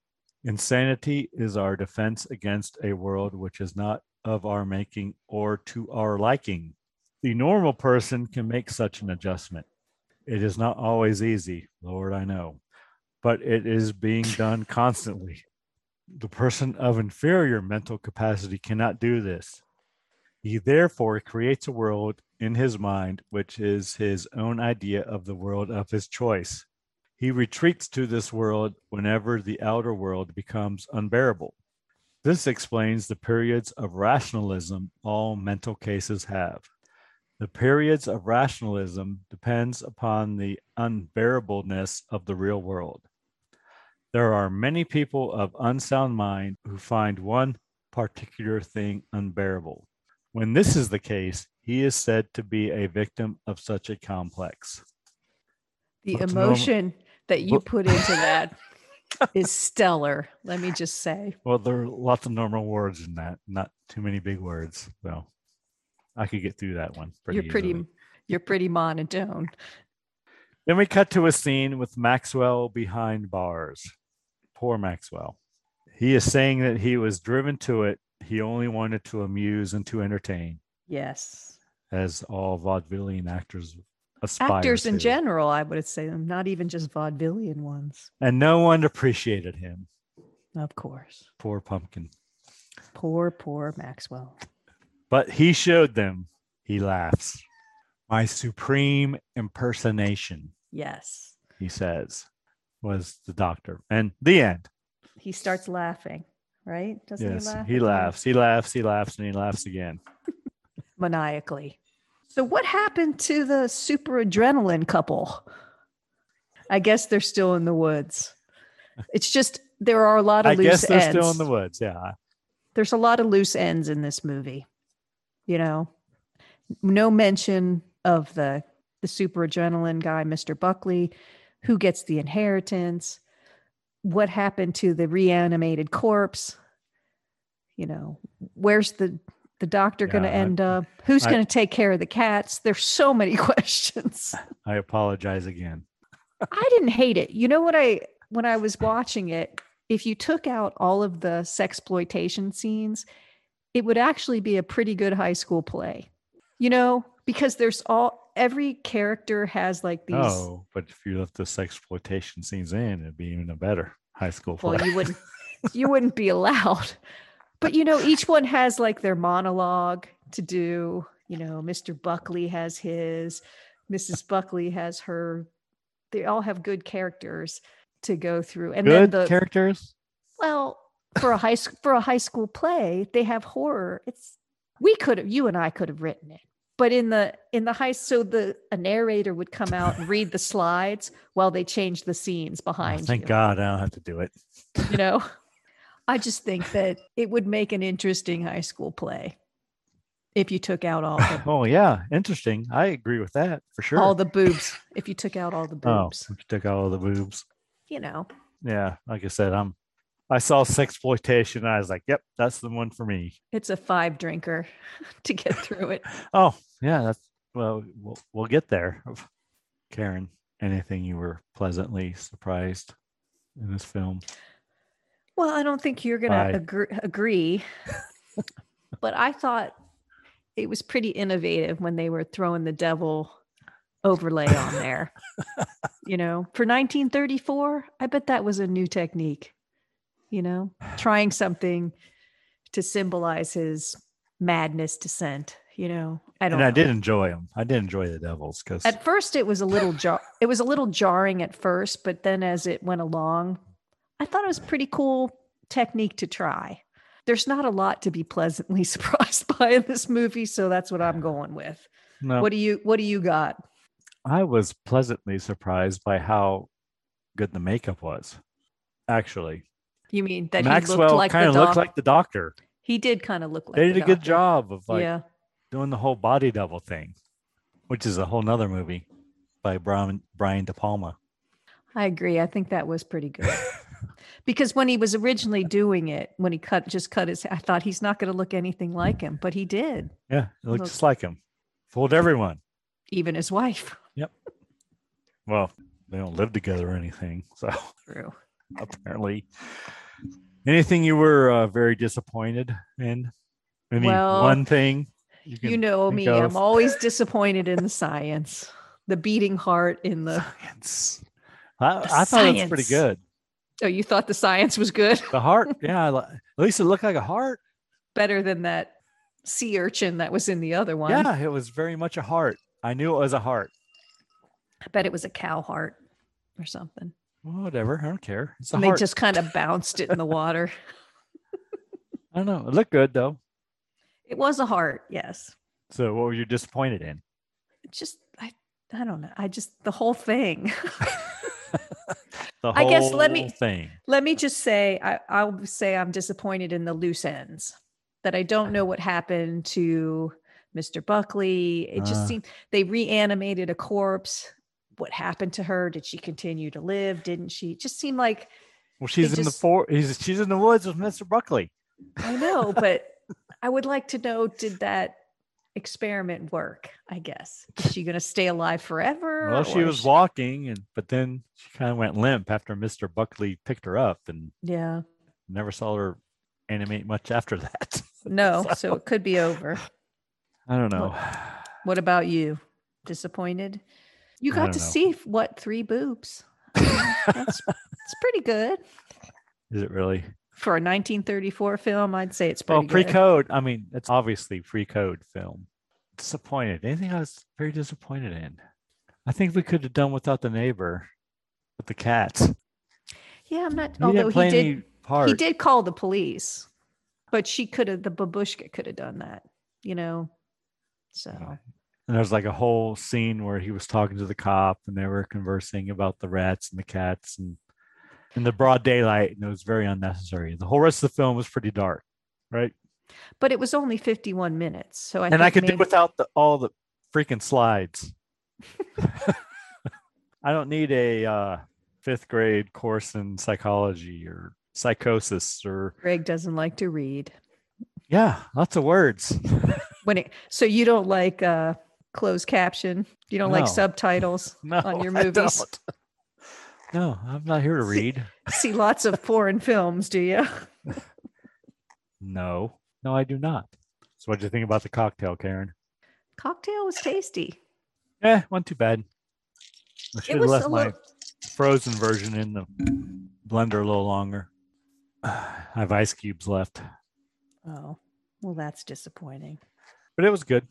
[SPEAKER 1] Insanity is our defense against a world which is not of our making or to our liking. The normal person can make such an adjustment. It is not always easy, Lord, I know, but it is being done constantly. The person of inferior mental capacity cannot do this. He therefore creates a world in his mind which is his own idea of the world of his choice. He retreats to this world whenever the outer world becomes unbearable. This explains the periods of rationalism all mental cases have. The periods of rationalism depends upon the unbearableness of the real world. There are many people of unsound mind who find one particular thing unbearable. When this is the case, he is said to be a victim of such a complex.
[SPEAKER 2] The
[SPEAKER 1] But, um,
[SPEAKER 2] emotion that you
[SPEAKER 1] but-
[SPEAKER 2] put into that is stellar. Let me just say.
[SPEAKER 1] Well, there are lots of normal words in that, not too many big words. So I could get through that one. Pretty
[SPEAKER 2] you're pretty
[SPEAKER 1] easily.
[SPEAKER 2] you're pretty monotone.
[SPEAKER 1] Then we cut to a scene with Maxwell behind bars. Poor Maxwell. He is saying that he was driven to it. He only wanted to amuse and to entertain,
[SPEAKER 2] Yes.
[SPEAKER 1] as all vaudevillian actors aspire
[SPEAKER 2] Actors in
[SPEAKER 1] to.
[SPEAKER 2] general, I would say, and not even just vaudevillian ones,
[SPEAKER 1] And no one appreciated him.
[SPEAKER 2] of course.
[SPEAKER 1] Poor pumpkin.
[SPEAKER 2] Poor, poor Maxwell.
[SPEAKER 1] But he showed them. He laughs. My supreme impersonation,
[SPEAKER 2] Yes.
[SPEAKER 1] he says, was the doctor. And the end.
[SPEAKER 2] He starts laughing, right? Doesn't
[SPEAKER 1] yes.
[SPEAKER 2] he laugh?
[SPEAKER 1] He,
[SPEAKER 2] at the end?
[SPEAKER 1] laughs. He laughs. He laughs. And he laughs again.
[SPEAKER 2] maniacally. So what happened to the super adrenaline couple? I guess they're still in the woods. It's just there are a lot of
[SPEAKER 1] I
[SPEAKER 2] loose
[SPEAKER 1] guess they're
[SPEAKER 2] ends.
[SPEAKER 1] still in the woods. Yeah.
[SPEAKER 2] there's a lot of loose ends in this movie you know no mention of the the super adrenaline guy mr buckley who gets the inheritance what happened to the reanimated corpse you know where's the the doctor going to
[SPEAKER 1] Yeah, I-
[SPEAKER 2] end up who's
[SPEAKER 1] I-
[SPEAKER 2] going to take care of the cats there's so many questions
[SPEAKER 1] I apologize again.
[SPEAKER 2] I didn't hate it. You know what I when I was watching it, if you took out all of the sexploitation scenes, it would actually be a pretty good high school play. You know, because there's all every character has like these.
[SPEAKER 1] Oh, but if you left the sex exploitation scenes in, it'd be even a better high school.
[SPEAKER 2] well,
[SPEAKER 1] play.
[SPEAKER 2] you wouldn't you wouldn't be allowed. But you know, each one has like their monologue to do. You know, Mr. Buckley has his, Mrs. Buckley has her. They all have good characters to go through, and
[SPEAKER 1] good
[SPEAKER 2] then the
[SPEAKER 1] characters.
[SPEAKER 2] well for a high sch- for a high school play they have horror it's we could have you and i could have written it but in the in the high so the a narrator would come out and read the slides while they change the scenes
[SPEAKER 1] Oh,
[SPEAKER 2] behind
[SPEAKER 1] thank
[SPEAKER 2] you
[SPEAKER 1] God I don't have to do it.
[SPEAKER 2] you know i just think that it would make an interesting high school play if you took out all the
[SPEAKER 1] Oh yeah, interesting. I agree with that for sure.
[SPEAKER 2] all the boobs if you took out all the
[SPEAKER 1] oh,
[SPEAKER 2] boobs
[SPEAKER 1] we took all the boobs.
[SPEAKER 2] you know
[SPEAKER 1] Yeah, like I said, I'm. I saw sex exploitation. I was like, "Yep, that's the one for me."
[SPEAKER 2] it's a five drinker to get through it
[SPEAKER 1] Oh yeah, that's well. We'll, we'll get there. Karen, anything you were pleasantly surprised in this film?
[SPEAKER 2] Well, I don't think you're going
[SPEAKER 1] Bye.
[SPEAKER 2] to agree, agree but I thought it was pretty innovative when they were throwing the devil overlay on there. you know, for 1934, I bet that was a new technique, you know, trying something to symbolize his madness descent, you know. I don't
[SPEAKER 1] and I
[SPEAKER 2] know.
[SPEAKER 1] did enjoy them. I did enjoy the Devils because
[SPEAKER 2] At first, it was a little jar. It was a little jarring at first, but then as it went along, I thought it was a pretty cool technique to try. There's not a lot to be pleasantly surprised by in this movie, so that's what I'm going with.
[SPEAKER 1] no,
[SPEAKER 2] What do you What do you got?
[SPEAKER 1] I was pleasantly surprised by how good the makeup was. Actually,
[SPEAKER 2] You mean that he
[SPEAKER 1] Maxwell
[SPEAKER 2] looked like
[SPEAKER 1] kind
[SPEAKER 2] the
[SPEAKER 1] of looked
[SPEAKER 2] dog?
[SPEAKER 1] like the doctor.
[SPEAKER 2] he did kind of look like
[SPEAKER 1] they
[SPEAKER 2] the
[SPEAKER 1] did a good
[SPEAKER 2] doctor.
[SPEAKER 1] job of like
[SPEAKER 2] yeah,
[SPEAKER 1] doing the whole body double thing, which is a whole nother movie by Brian Brian De Palma.
[SPEAKER 2] I agree. I think that was pretty good. Because when he was originally doing it, when he cut just cut his, I thought he's not going to look anything like him, but he did.
[SPEAKER 1] Yeah, it looked
[SPEAKER 2] Look.
[SPEAKER 1] just like him. Fooled everyone.
[SPEAKER 2] Even his wife.
[SPEAKER 1] Well, they don't live together or anything, so
[SPEAKER 2] True.
[SPEAKER 1] apparently. Anything you were uh, very disappointed in? Any
[SPEAKER 2] Well,
[SPEAKER 1] one thing? can
[SPEAKER 2] You know
[SPEAKER 1] think
[SPEAKER 2] me,
[SPEAKER 1] of?
[SPEAKER 2] I'm always disappointed in the science, the beating heart in the.
[SPEAKER 1] Science. I,
[SPEAKER 2] The
[SPEAKER 1] I thought it was pretty
[SPEAKER 2] science.
[SPEAKER 1] good.
[SPEAKER 2] Oh, you thought the science was good?
[SPEAKER 1] The heart, yeah. I li- At least it looked like a heart.
[SPEAKER 2] Better than that sea urchin that was in the other one.
[SPEAKER 1] Yeah, it was very much a heart. I knew it was a heart.
[SPEAKER 2] I bet it was a cow heart or something.
[SPEAKER 1] Well, whatever. I don't care. It's a
[SPEAKER 2] and
[SPEAKER 1] heart.
[SPEAKER 2] they just kind of bounced it in the water.
[SPEAKER 1] I don't know. It looked good though.
[SPEAKER 2] It was a heart, yes.
[SPEAKER 1] So, what were you disappointed in?
[SPEAKER 2] It just, I, I don't know. I just, the whole thing.
[SPEAKER 1] The
[SPEAKER 2] I guess let me-
[SPEAKER 1] whole thing.
[SPEAKER 2] Let me just say, I, I'll say I'm disappointed in the loose ends that I don't know what happened to Mr. Buckley. It just
[SPEAKER 1] Ah.
[SPEAKER 2] seemed they reanimated a corpse. What happened to her? Did she continue to live? Didn't she? It just seemed like
[SPEAKER 1] Well, she's in the
[SPEAKER 2] just-
[SPEAKER 1] for. He's, she's in the woods with Mister Buckley.
[SPEAKER 2] I know, but I would like to know did that experiment work? I guess. Is she going to stay alive forever?
[SPEAKER 1] Well, she
[SPEAKER 2] or
[SPEAKER 1] was
[SPEAKER 2] is
[SPEAKER 1] walking, and but then she kind of went limp after Mister Buckley picked her up, and
[SPEAKER 2] Yeah.
[SPEAKER 1] never saw her animate much after that.
[SPEAKER 2] No. So it could be over.
[SPEAKER 1] I don't know.
[SPEAKER 2] What about you? Disappointed? You
[SPEAKER 1] I
[SPEAKER 2] got
[SPEAKER 1] don't
[SPEAKER 2] to
[SPEAKER 1] know.
[SPEAKER 2] see f- what three boobs. That's it's pretty good
[SPEAKER 1] Is it really?
[SPEAKER 2] for a 1934 film. I'd say it's pretty
[SPEAKER 1] Well, pre
[SPEAKER 2] good.
[SPEAKER 1] code. I mean, it's obviously pre code film. Disappointed. Anything I was very disappointed in. I think we could have done without the neighbor, with the cats. He
[SPEAKER 2] Yeah, I'm not.
[SPEAKER 1] didn't
[SPEAKER 2] although
[SPEAKER 1] play
[SPEAKER 2] he
[SPEAKER 1] any
[SPEAKER 2] did,
[SPEAKER 1] part.
[SPEAKER 2] he did call the police, but she could have. The babushka could have done that. You know. So
[SPEAKER 1] Yeah. And there's like a whole scene where he was talking to the cop and they were conversing about the rats and the cats and in the broad daylight. And it was very unnecessary. The whole rest of the film was pretty dark, right?
[SPEAKER 2] but it was only 51 minutes. So I
[SPEAKER 1] and I
[SPEAKER 2] think
[SPEAKER 1] could do
[SPEAKER 2] maybe-
[SPEAKER 1] without the, all the freaking slides. I don't need a uh, fifth grade course in psychology or psychosis or,
[SPEAKER 2] Greg doesn't like to read
[SPEAKER 1] yeah, lots of words.
[SPEAKER 2] when it. So you don't like uh closed caption. You don't like
[SPEAKER 1] No.
[SPEAKER 2] subtitles.
[SPEAKER 1] No,
[SPEAKER 2] On your
[SPEAKER 1] I
[SPEAKER 2] movies.
[SPEAKER 1] don't. No, I'm not here to read.
[SPEAKER 2] see lots of foreign films, do you?
[SPEAKER 1] No, no, I do not. So, what do you think about the cocktail, Karen?
[SPEAKER 2] Cocktail was tasty.
[SPEAKER 1] Yeah, Eh, wasn't too bad. I should
[SPEAKER 2] It
[SPEAKER 1] have
[SPEAKER 2] was
[SPEAKER 1] left
[SPEAKER 2] a
[SPEAKER 1] my
[SPEAKER 2] little.
[SPEAKER 1] frozen version in the blender a little longer. I have ice cubes left,
[SPEAKER 2] Oh, well, that's disappointing.
[SPEAKER 1] but it was good.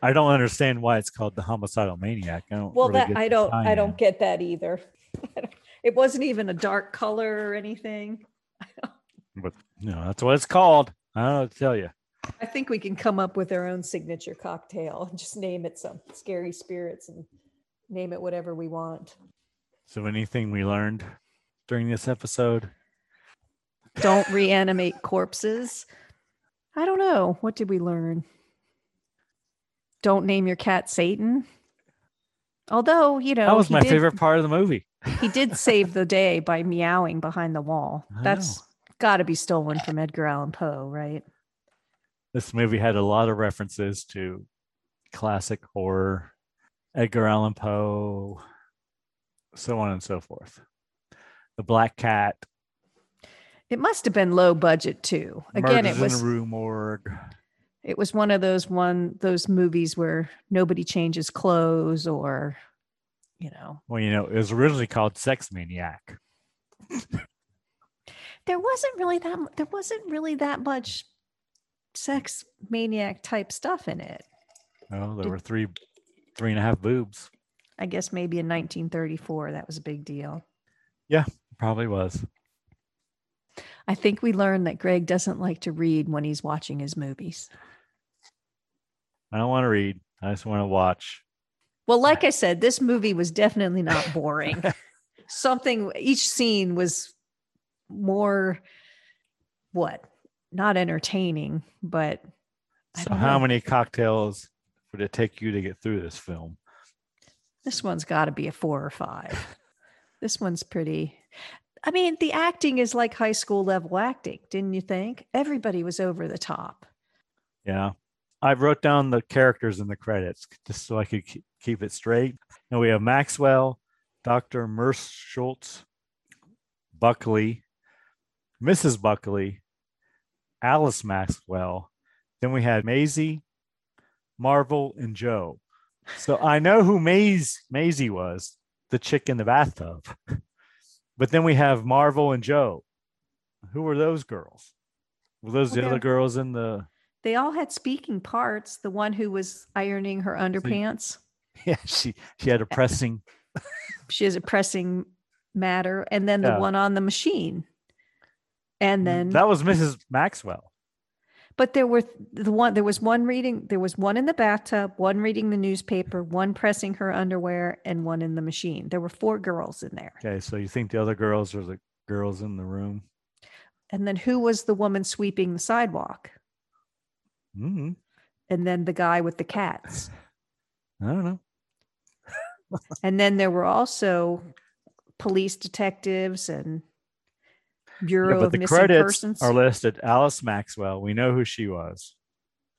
[SPEAKER 1] I don't understand why it's called the homicidal maniac. I don't.
[SPEAKER 2] Well,
[SPEAKER 1] really
[SPEAKER 2] that
[SPEAKER 1] get
[SPEAKER 2] I
[SPEAKER 1] the
[SPEAKER 2] don't. I
[SPEAKER 1] tie-in.
[SPEAKER 2] don't get that either. it wasn't even a dark color or anything.
[SPEAKER 1] No, that's what it's called. I don't know what to tell you.
[SPEAKER 2] I think we can come up with our own signature cocktail and just name it some scary spirits and name it whatever we want.
[SPEAKER 1] So, anything we learned during this episode?
[SPEAKER 2] Don't reanimate corpses. I don't know. What did we learn? Don't name your cat Satan. Although, you know,
[SPEAKER 1] that was
[SPEAKER 2] he
[SPEAKER 1] my
[SPEAKER 2] did-
[SPEAKER 1] favorite part of the movie.
[SPEAKER 2] He did save the day by meowing behind the wall.
[SPEAKER 1] I know.
[SPEAKER 2] That's got to be stolen from Edgar Allan Poe, right?
[SPEAKER 1] This movie had a lot of references to classic horror, Edgar Allan Poe, so on and so forth. The Black Cat,
[SPEAKER 2] It must have been low budget too. Again,
[SPEAKER 1] Murders
[SPEAKER 2] it was
[SPEAKER 1] in the Rue Morgue.
[SPEAKER 2] it was one of those one those movies where nobody changes clothes or you know.
[SPEAKER 1] Well, you know, it was originally called Sex Maniac.
[SPEAKER 2] There wasn't really that mu- there wasn't really that much sex maniac type stuff in it.
[SPEAKER 1] Oh, there
[SPEAKER 2] Did-
[SPEAKER 1] were three, three and a half boobs.
[SPEAKER 2] I guess maybe in 1934 that was a big deal.
[SPEAKER 1] Probably was.
[SPEAKER 2] I think we learned that Greg doesn't like to read when he's watching his movies.
[SPEAKER 1] I don't want to read. I just want to watch.
[SPEAKER 2] Well, like I said, this movie was definitely not boring. Something each scene was more what? Not entertaining, but I
[SPEAKER 1] So,
[SPEAKER 2] don't
[SPEAKER 1] how
[SPEAKER 2] know.
[SPEAKER 1] many cocktails would it take you to get through this film?
[SPEAKER 2] this one's got to be a 4 or 5. this one's pretty I mean, the acting is like high school level acting, didn't you think? Everybody was over the top.
[SPEAKER 1] Yeah. I wrote down the characters in the credits just so I could ke- keep it straight. And we have Maxwell, Dr. Merce Schultz, Buckley, Mrs. Buckley, Alice Maxwell. Then we had Maisie, Marvel, and Joe. So I know who Maze, Maisie was, the chick in the bathtub. But then we have Marvel and Joe. Who were those girls? Were those the
[SPEAKER 2] Well,
[SPEAKER 1] other
[SPEAKER 2] they're-
[SPEAKER 1] girls in the
[SPEAKER 2] They all had speaking parts. The one who was ironing her underpants.
[SPEAKER 1] Yeah, she she had a pressing.
[SPEAKER 2] she has a pressing matter and then
[SPEAKER 1] Yeah. Mm,
[SPEAKER 2] the one on the machine and then
[SPEAKER 1] that was Mrs. Maxwell.
[SPEAKER 2] but there were th- the one there was one reading there was one in the bathtub one reading the newspaper one pressing her underwear and one in the machine there were four girls in there
[SPEAKER 1] Okay, so you think the other girls are the girls in the room?
[SPEAKER 2] and then who was the woman sweeping the sidewalk
[SPEAKER 1] hmm
[SPEAKER 2] and then the guy with the cats
[SPEAKER 1] I don't know.
[SPEAKER 2] and then there were also police detectives and bureau
[SPEAKER 1] Yeah, but
[SPEAKER 2] of
[SPEAKER 1] the
[SPEAKER 2] missing
[SPEAKER 1] credits
[SPEAKER 2] persons
[SPEAKER 1] are listed. Alice Maxwell. We know who she was.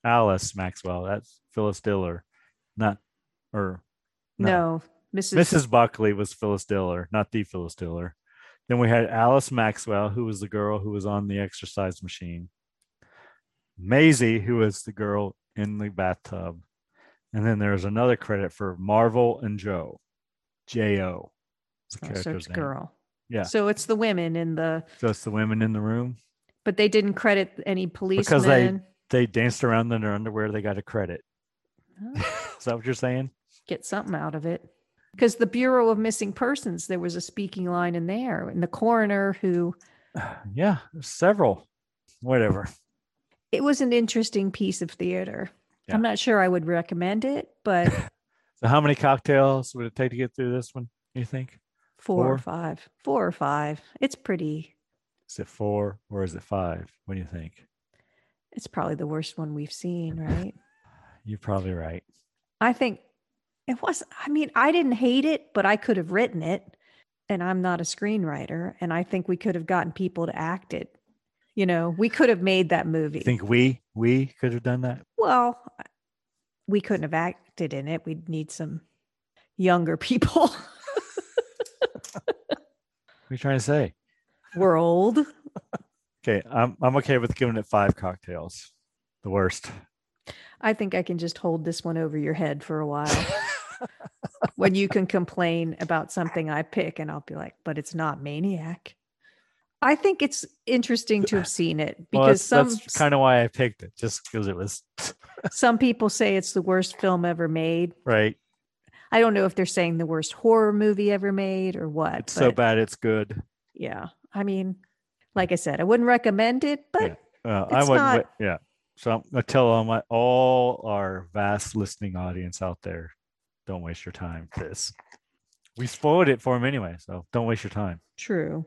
[SPEAKER 1] Alice Maxwell. That's Phyllis Diller, not or
[SPEAKER 2] no, mrs
[SPEAKER 1] Mrs. Buckley was Phyllis Diller, not the Phyllis Diller. Then we had Alice Maxwell, who was the girl who was on the exercise machine. Maisie, who was the girl in the bathtub. And then there's another credit for Marvel and Joe. J O. is the
[SPEAKER 2] Oh, so
[SPEAKER 1] character's
[SPEAKER 2] it's
[SPEAKER 1] name.
[SPEAKER 2] girl
[SPEAKER 1] Yeah.
[SPEAKER 2] so it's the women in the
[SPEAKER 1] So it's the women in the room.
[SPEAKER 2] but they didn't credit any policemen.
[SPEAKER 1] Because they- They danced around in their underwear. They got a credit.
[SPEAKER 2] Oh,
[SPEAKER 1] is that what you're saying?
[SPEAKER 2] get something out of it. Because the Bureau of Missing Persons, there was a speaking line in there, and the coroner who
[SPEAKER 1] Yeah, there's several. Whatever.
[SPEAKER 2] it was an interesting piece of theater.
[SPEAKER 1] Yeah.
[SPEAKER 2] I'm not sure I would recommend it, but
[SPEAKER 1] So how many cocktails would it take to get through this one, you think?
[SPEAKER 2] four,
[SPEAKER 1] Four?
[SPEAKER 2] or five, four or five. It's pretty.
[SPEAKER 1] Is it four or is it five? What do you think?
[SPEAKER 2] It's probably the worst one we've seen, right?
[SPEAKER 1] You're probably right.
[SPEAKER 2] I think it was. I mean, I didn't hate it, but I could have written it. And I'm not a screenwriter. And I think we could have gotten people to act it. You know, we could have made that movie.
[SPEAKER 1] You think we we could have done that?
[SPEAKER 2] well, I- we couldn't have acted in it. We'd need some younger people.
[SPEAKER 1] What are you trying to say?
[SPEAKER 2] We're old.
[SPEAKER 1] Okay, I'm I'm okay with giving it five cocktails. The worst.
[SPEAKER 2] I think I can just hold this one over your head for a while. when you can complain about something I pick, and I'll be like, but it's not Maniac. I think it's interesting to have seen it because
[SPEAKER 1] well, that's,
[SPEAKER 2] some
[SPEAKER 1] that's kind of why I picked it, just because it was
[SPEAKER 2] some people say it's the worst film ever made.
[SPEAKER 1] right.
[SPEAKER 2] I don't know if they're saying the worst horror movie ever made or what.
[SPEAKER 1] It's so
[SPEAKER 2] but
[SPEAKER 1] bad, it's good.
[SPEAKER 2] Yeah. I mean, like I said, I wouldn't recommend it, but
[SPEAKER 1] Uh, I
[SPEAKER 2] It's
[SPEAKER 1] wouldn't.
[SPEAKER 2] not-
[SPEAKER 1] wa- yeah. So I'm gonna tell all my all our vast listening audience out there, don't waste your time. with This we spoiled it for them anyway, so don't waste your time.
[SPEAKER 2] True.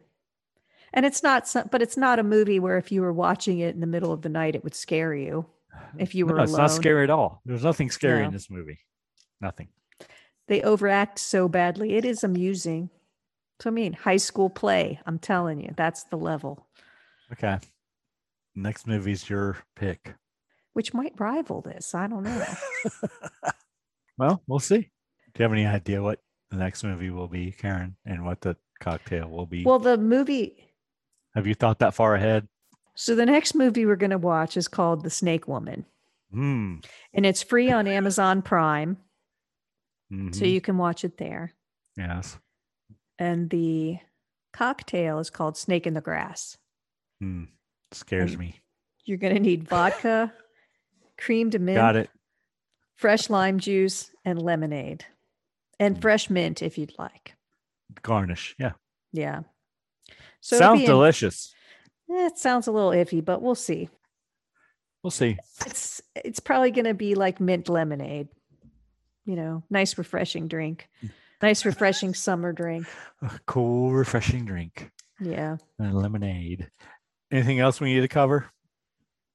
[SPEAKER 2] And it's not, some, but it's not a movie where if you were watching it in the middle of the night, it would scare you. If you were
[SPEAKER 1] No, it's
[SPEAKER 2] alone,
[SPEAKER 1] not scary at all. There's nothing scary in
[SPEAKER 2] No.
[SPEAKER 1] this movie. Nothing.
[SPEAKER 2] they overact so badly. It is amusing. So I mean, high school play. I'm telling you, that's the level,
[SPEAKER 1] Okay. Next movie's your pick.
[SPEAKER 2] which might rival this. I don't know.
[SPEAKER 1] Well, we'll see. Do you have any idea what the next movie will be, Karen, and what the cocktail will be?
[SPEAKER 2] well, the movie.
[SPEAKER 1] have you thought that far ahead?
[SPEAKER 2] So the next movie we're going to watch is called The Snake Woman,
[SPEAKER 1] Hmm.
[SPEAKER 2] and it's free on Amazon Prime, so
[SPEAKER 1] mhm,
[SPEAKER 2] you can watch it there.
[SPEAKER 1] yes.
[SPEAKER 2] And the cocktail is called Snake in the Grass.
[SPEAKER 1] Hmm. Scares
[SPEAKER 2] And
[SPEAKER 1] me.
[SPEAKER 2] You're going to need vodka, creamed mint,
[SPEAKER 1] Got it.
[SPEAKER 2] fresh lime juice, and lemonade, and
[SPEAKER 1] Mm.
[SPEAKER 2] fresh mint if you'd like.
[SPEAKER 1] Garnish. Yeah.
[SPEAKER 2] Yeah. So it'll
[SPEAKER 1] Sounds
[SPEAKER 2] be in-
[SPEAKER 1] delicious.
[SPEAKER 2] eh, it sounds a little iffy, but we'll see.
[SPEAKER 1] We'll see.
[SPEAKER 2] It's it's probably going to be like mint lemonade. You know, nice refreshing drink.
[SPEAKER 1] Mm.
[SPEAKER 2] Nice refreshing summer drink.
[SPEAKER 1] A cool, refreshing drink
[SPEAKER 2] Yeah.
[SPEAKER 1] and lemonade. Anything else we need to cover?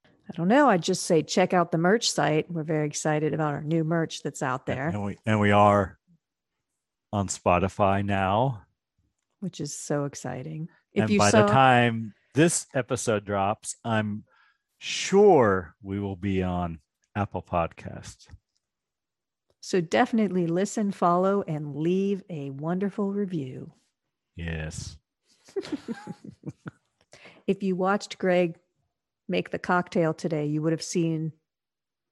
[SPEAKER 2] I don't know. I'd just say check out the merch site. We're very excited about our new merch that's out there,
[SPEAKER 1] And we and we are on Spotify now.
[SPEAKER 2] which is so exciting. If
[SPEAKER 1] and
[SPEAKER 2] you
[SPEAKER 1] by
[SPEAKER 2] saw
[SPEAKER 1] the time this episode drops, I'm sure we will be on Apple Podcasts.
[SPEAKER 2] So definitely listen, follow, and leave a wonderful review.
[SPEAKER 1] Yes.
[SPEAKER 2] If you watched Greg make the cocktail today, you would have seen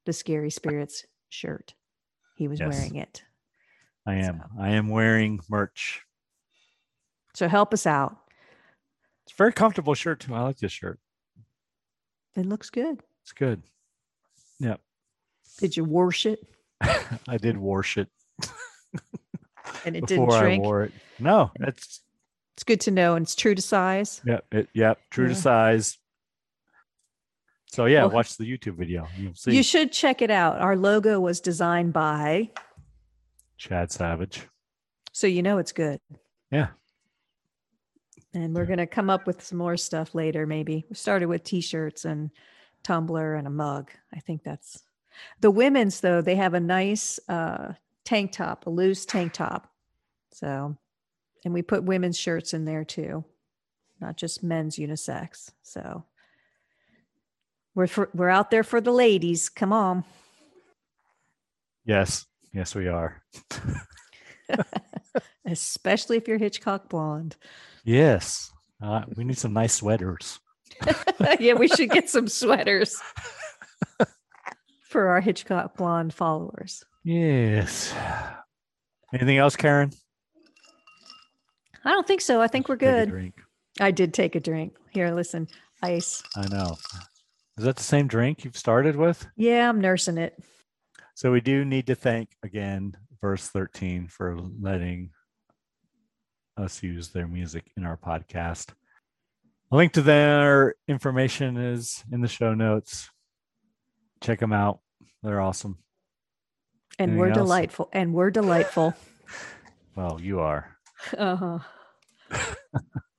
[SPEAKER 2] the Scary Spirits shirt. He was
[SPEAKER 1] Yes.
[SPEAKER 2] wearing it.
[SPEAKER 1] I am.
[SPEAKER 2] So-
[SPEAKER 1] I am wearing merch.
[SPEAKER 2] So help us out.
[SPEAKER 1] It's a very comfortable shirt too. I like this shirt.
[SPEAKER 2] It looks good.
[SPEAKER 1] It's good.
[SPEAKER 2] Did you wash it?
[SPEAKER 1] I did wash it
[SPEAKER 2] And it
[SPEAKER 1] before
[SPEAKER 2] didn't
[SPEAKER 1] I
[SPEAKER 2] shrink.
[SPEAKER 1] wore it. No, that's
[SPEAKER 2] It's good to know, and it's true to size.
[SPEAKER 1] Yep. It, yep. True
[SPEAKER 2] Yeah.
[SPEAKER 1] to size. So yeah,
[SPEAKER 2] Well,
[SPEAKER 1] watch the YouTube video. You'll see
[SPEAKER 2] You should check it out. Our logo was designed by,
[SPEAKER 1] Chad Savage.
[SPEAKER 2] so you know it's good.
[SPEAKER 1] Yeah.
[SPEAKER 2] And we're
[SPEAKER 1] Yeah.
[SPEAKER 2] going to come up with some more stuff later, maybe. We started with t shirts and tumbler and a mug. I think that's the women's, though, they have a nice uh, tank top, a loose tank top. So, and we put women's shirts in there too, not just men's unisex. So, we're, for, we're out there for the ladies. Come on.
[SPEAKER 1] Yes. Yes, we are.
[SPEAKER 2] Especially if you're Hitchcock blonde.
[SPEAKER 1] Yes. Uh, we need some nice sweaters.
[SPEAKER 2] yeah, we should get some sweaters for our Hitchcock blonde followers.
[SPEAKER 1] Yes. Anything else, Karen?
[SPEAKER 2] I don't think so. I think we're
[SPEAKER 1] Take a
[SPEAKER 2] good.
[SPEAKER 1] drink.
[SPEAKER 2] I did take a drink. Here, listen, ice.
[SPEAKER 1] I know. Is that the same drink you've started with?
[SPEAKER 2] Yeah, I'm nursing it.
[SPEAKER 1] So we do need to thank again verse 13 for letting us use their music in our podcast. A link to their information is in the show notes. Check them out. They're awesome.
[SPEAKER 2] And
[SPEAKER 1] Anything
[SPEAKER 2] we're
[SPEAKER 1] else?
[SPEAKER 2] delightful. And we're delightful.
[SPEAKER 1] Well, you are.
[SPEAKER 2] uh-huh.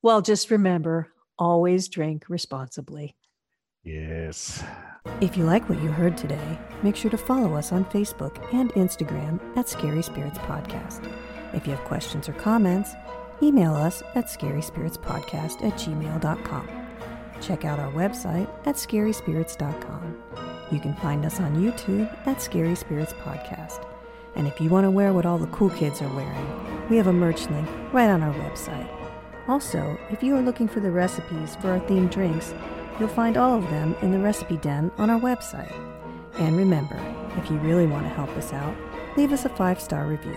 [SPEAKER 2] well, just remember always drink responsibly.
[SPEAKER 1] Yes.
[SPEAKER 3] If you like what you heard today, make sure to follow us on Facebook and Instagram at Scary Spirits Podcast. If you have questions or comments, email us at scaryspiritspodcast at gmail.com. Check out our website at scaryspirits.com. You can find us on YouTube at Scary Spirits Podcast. And if you want to wear what all the cool kids are wearing, we have a merch link right on our website. Also, if you are looking for the recipes for our themed drinks, you'll find all of them in the recipe den on our website. And remember, if you really want to help us out, leave us a five star review.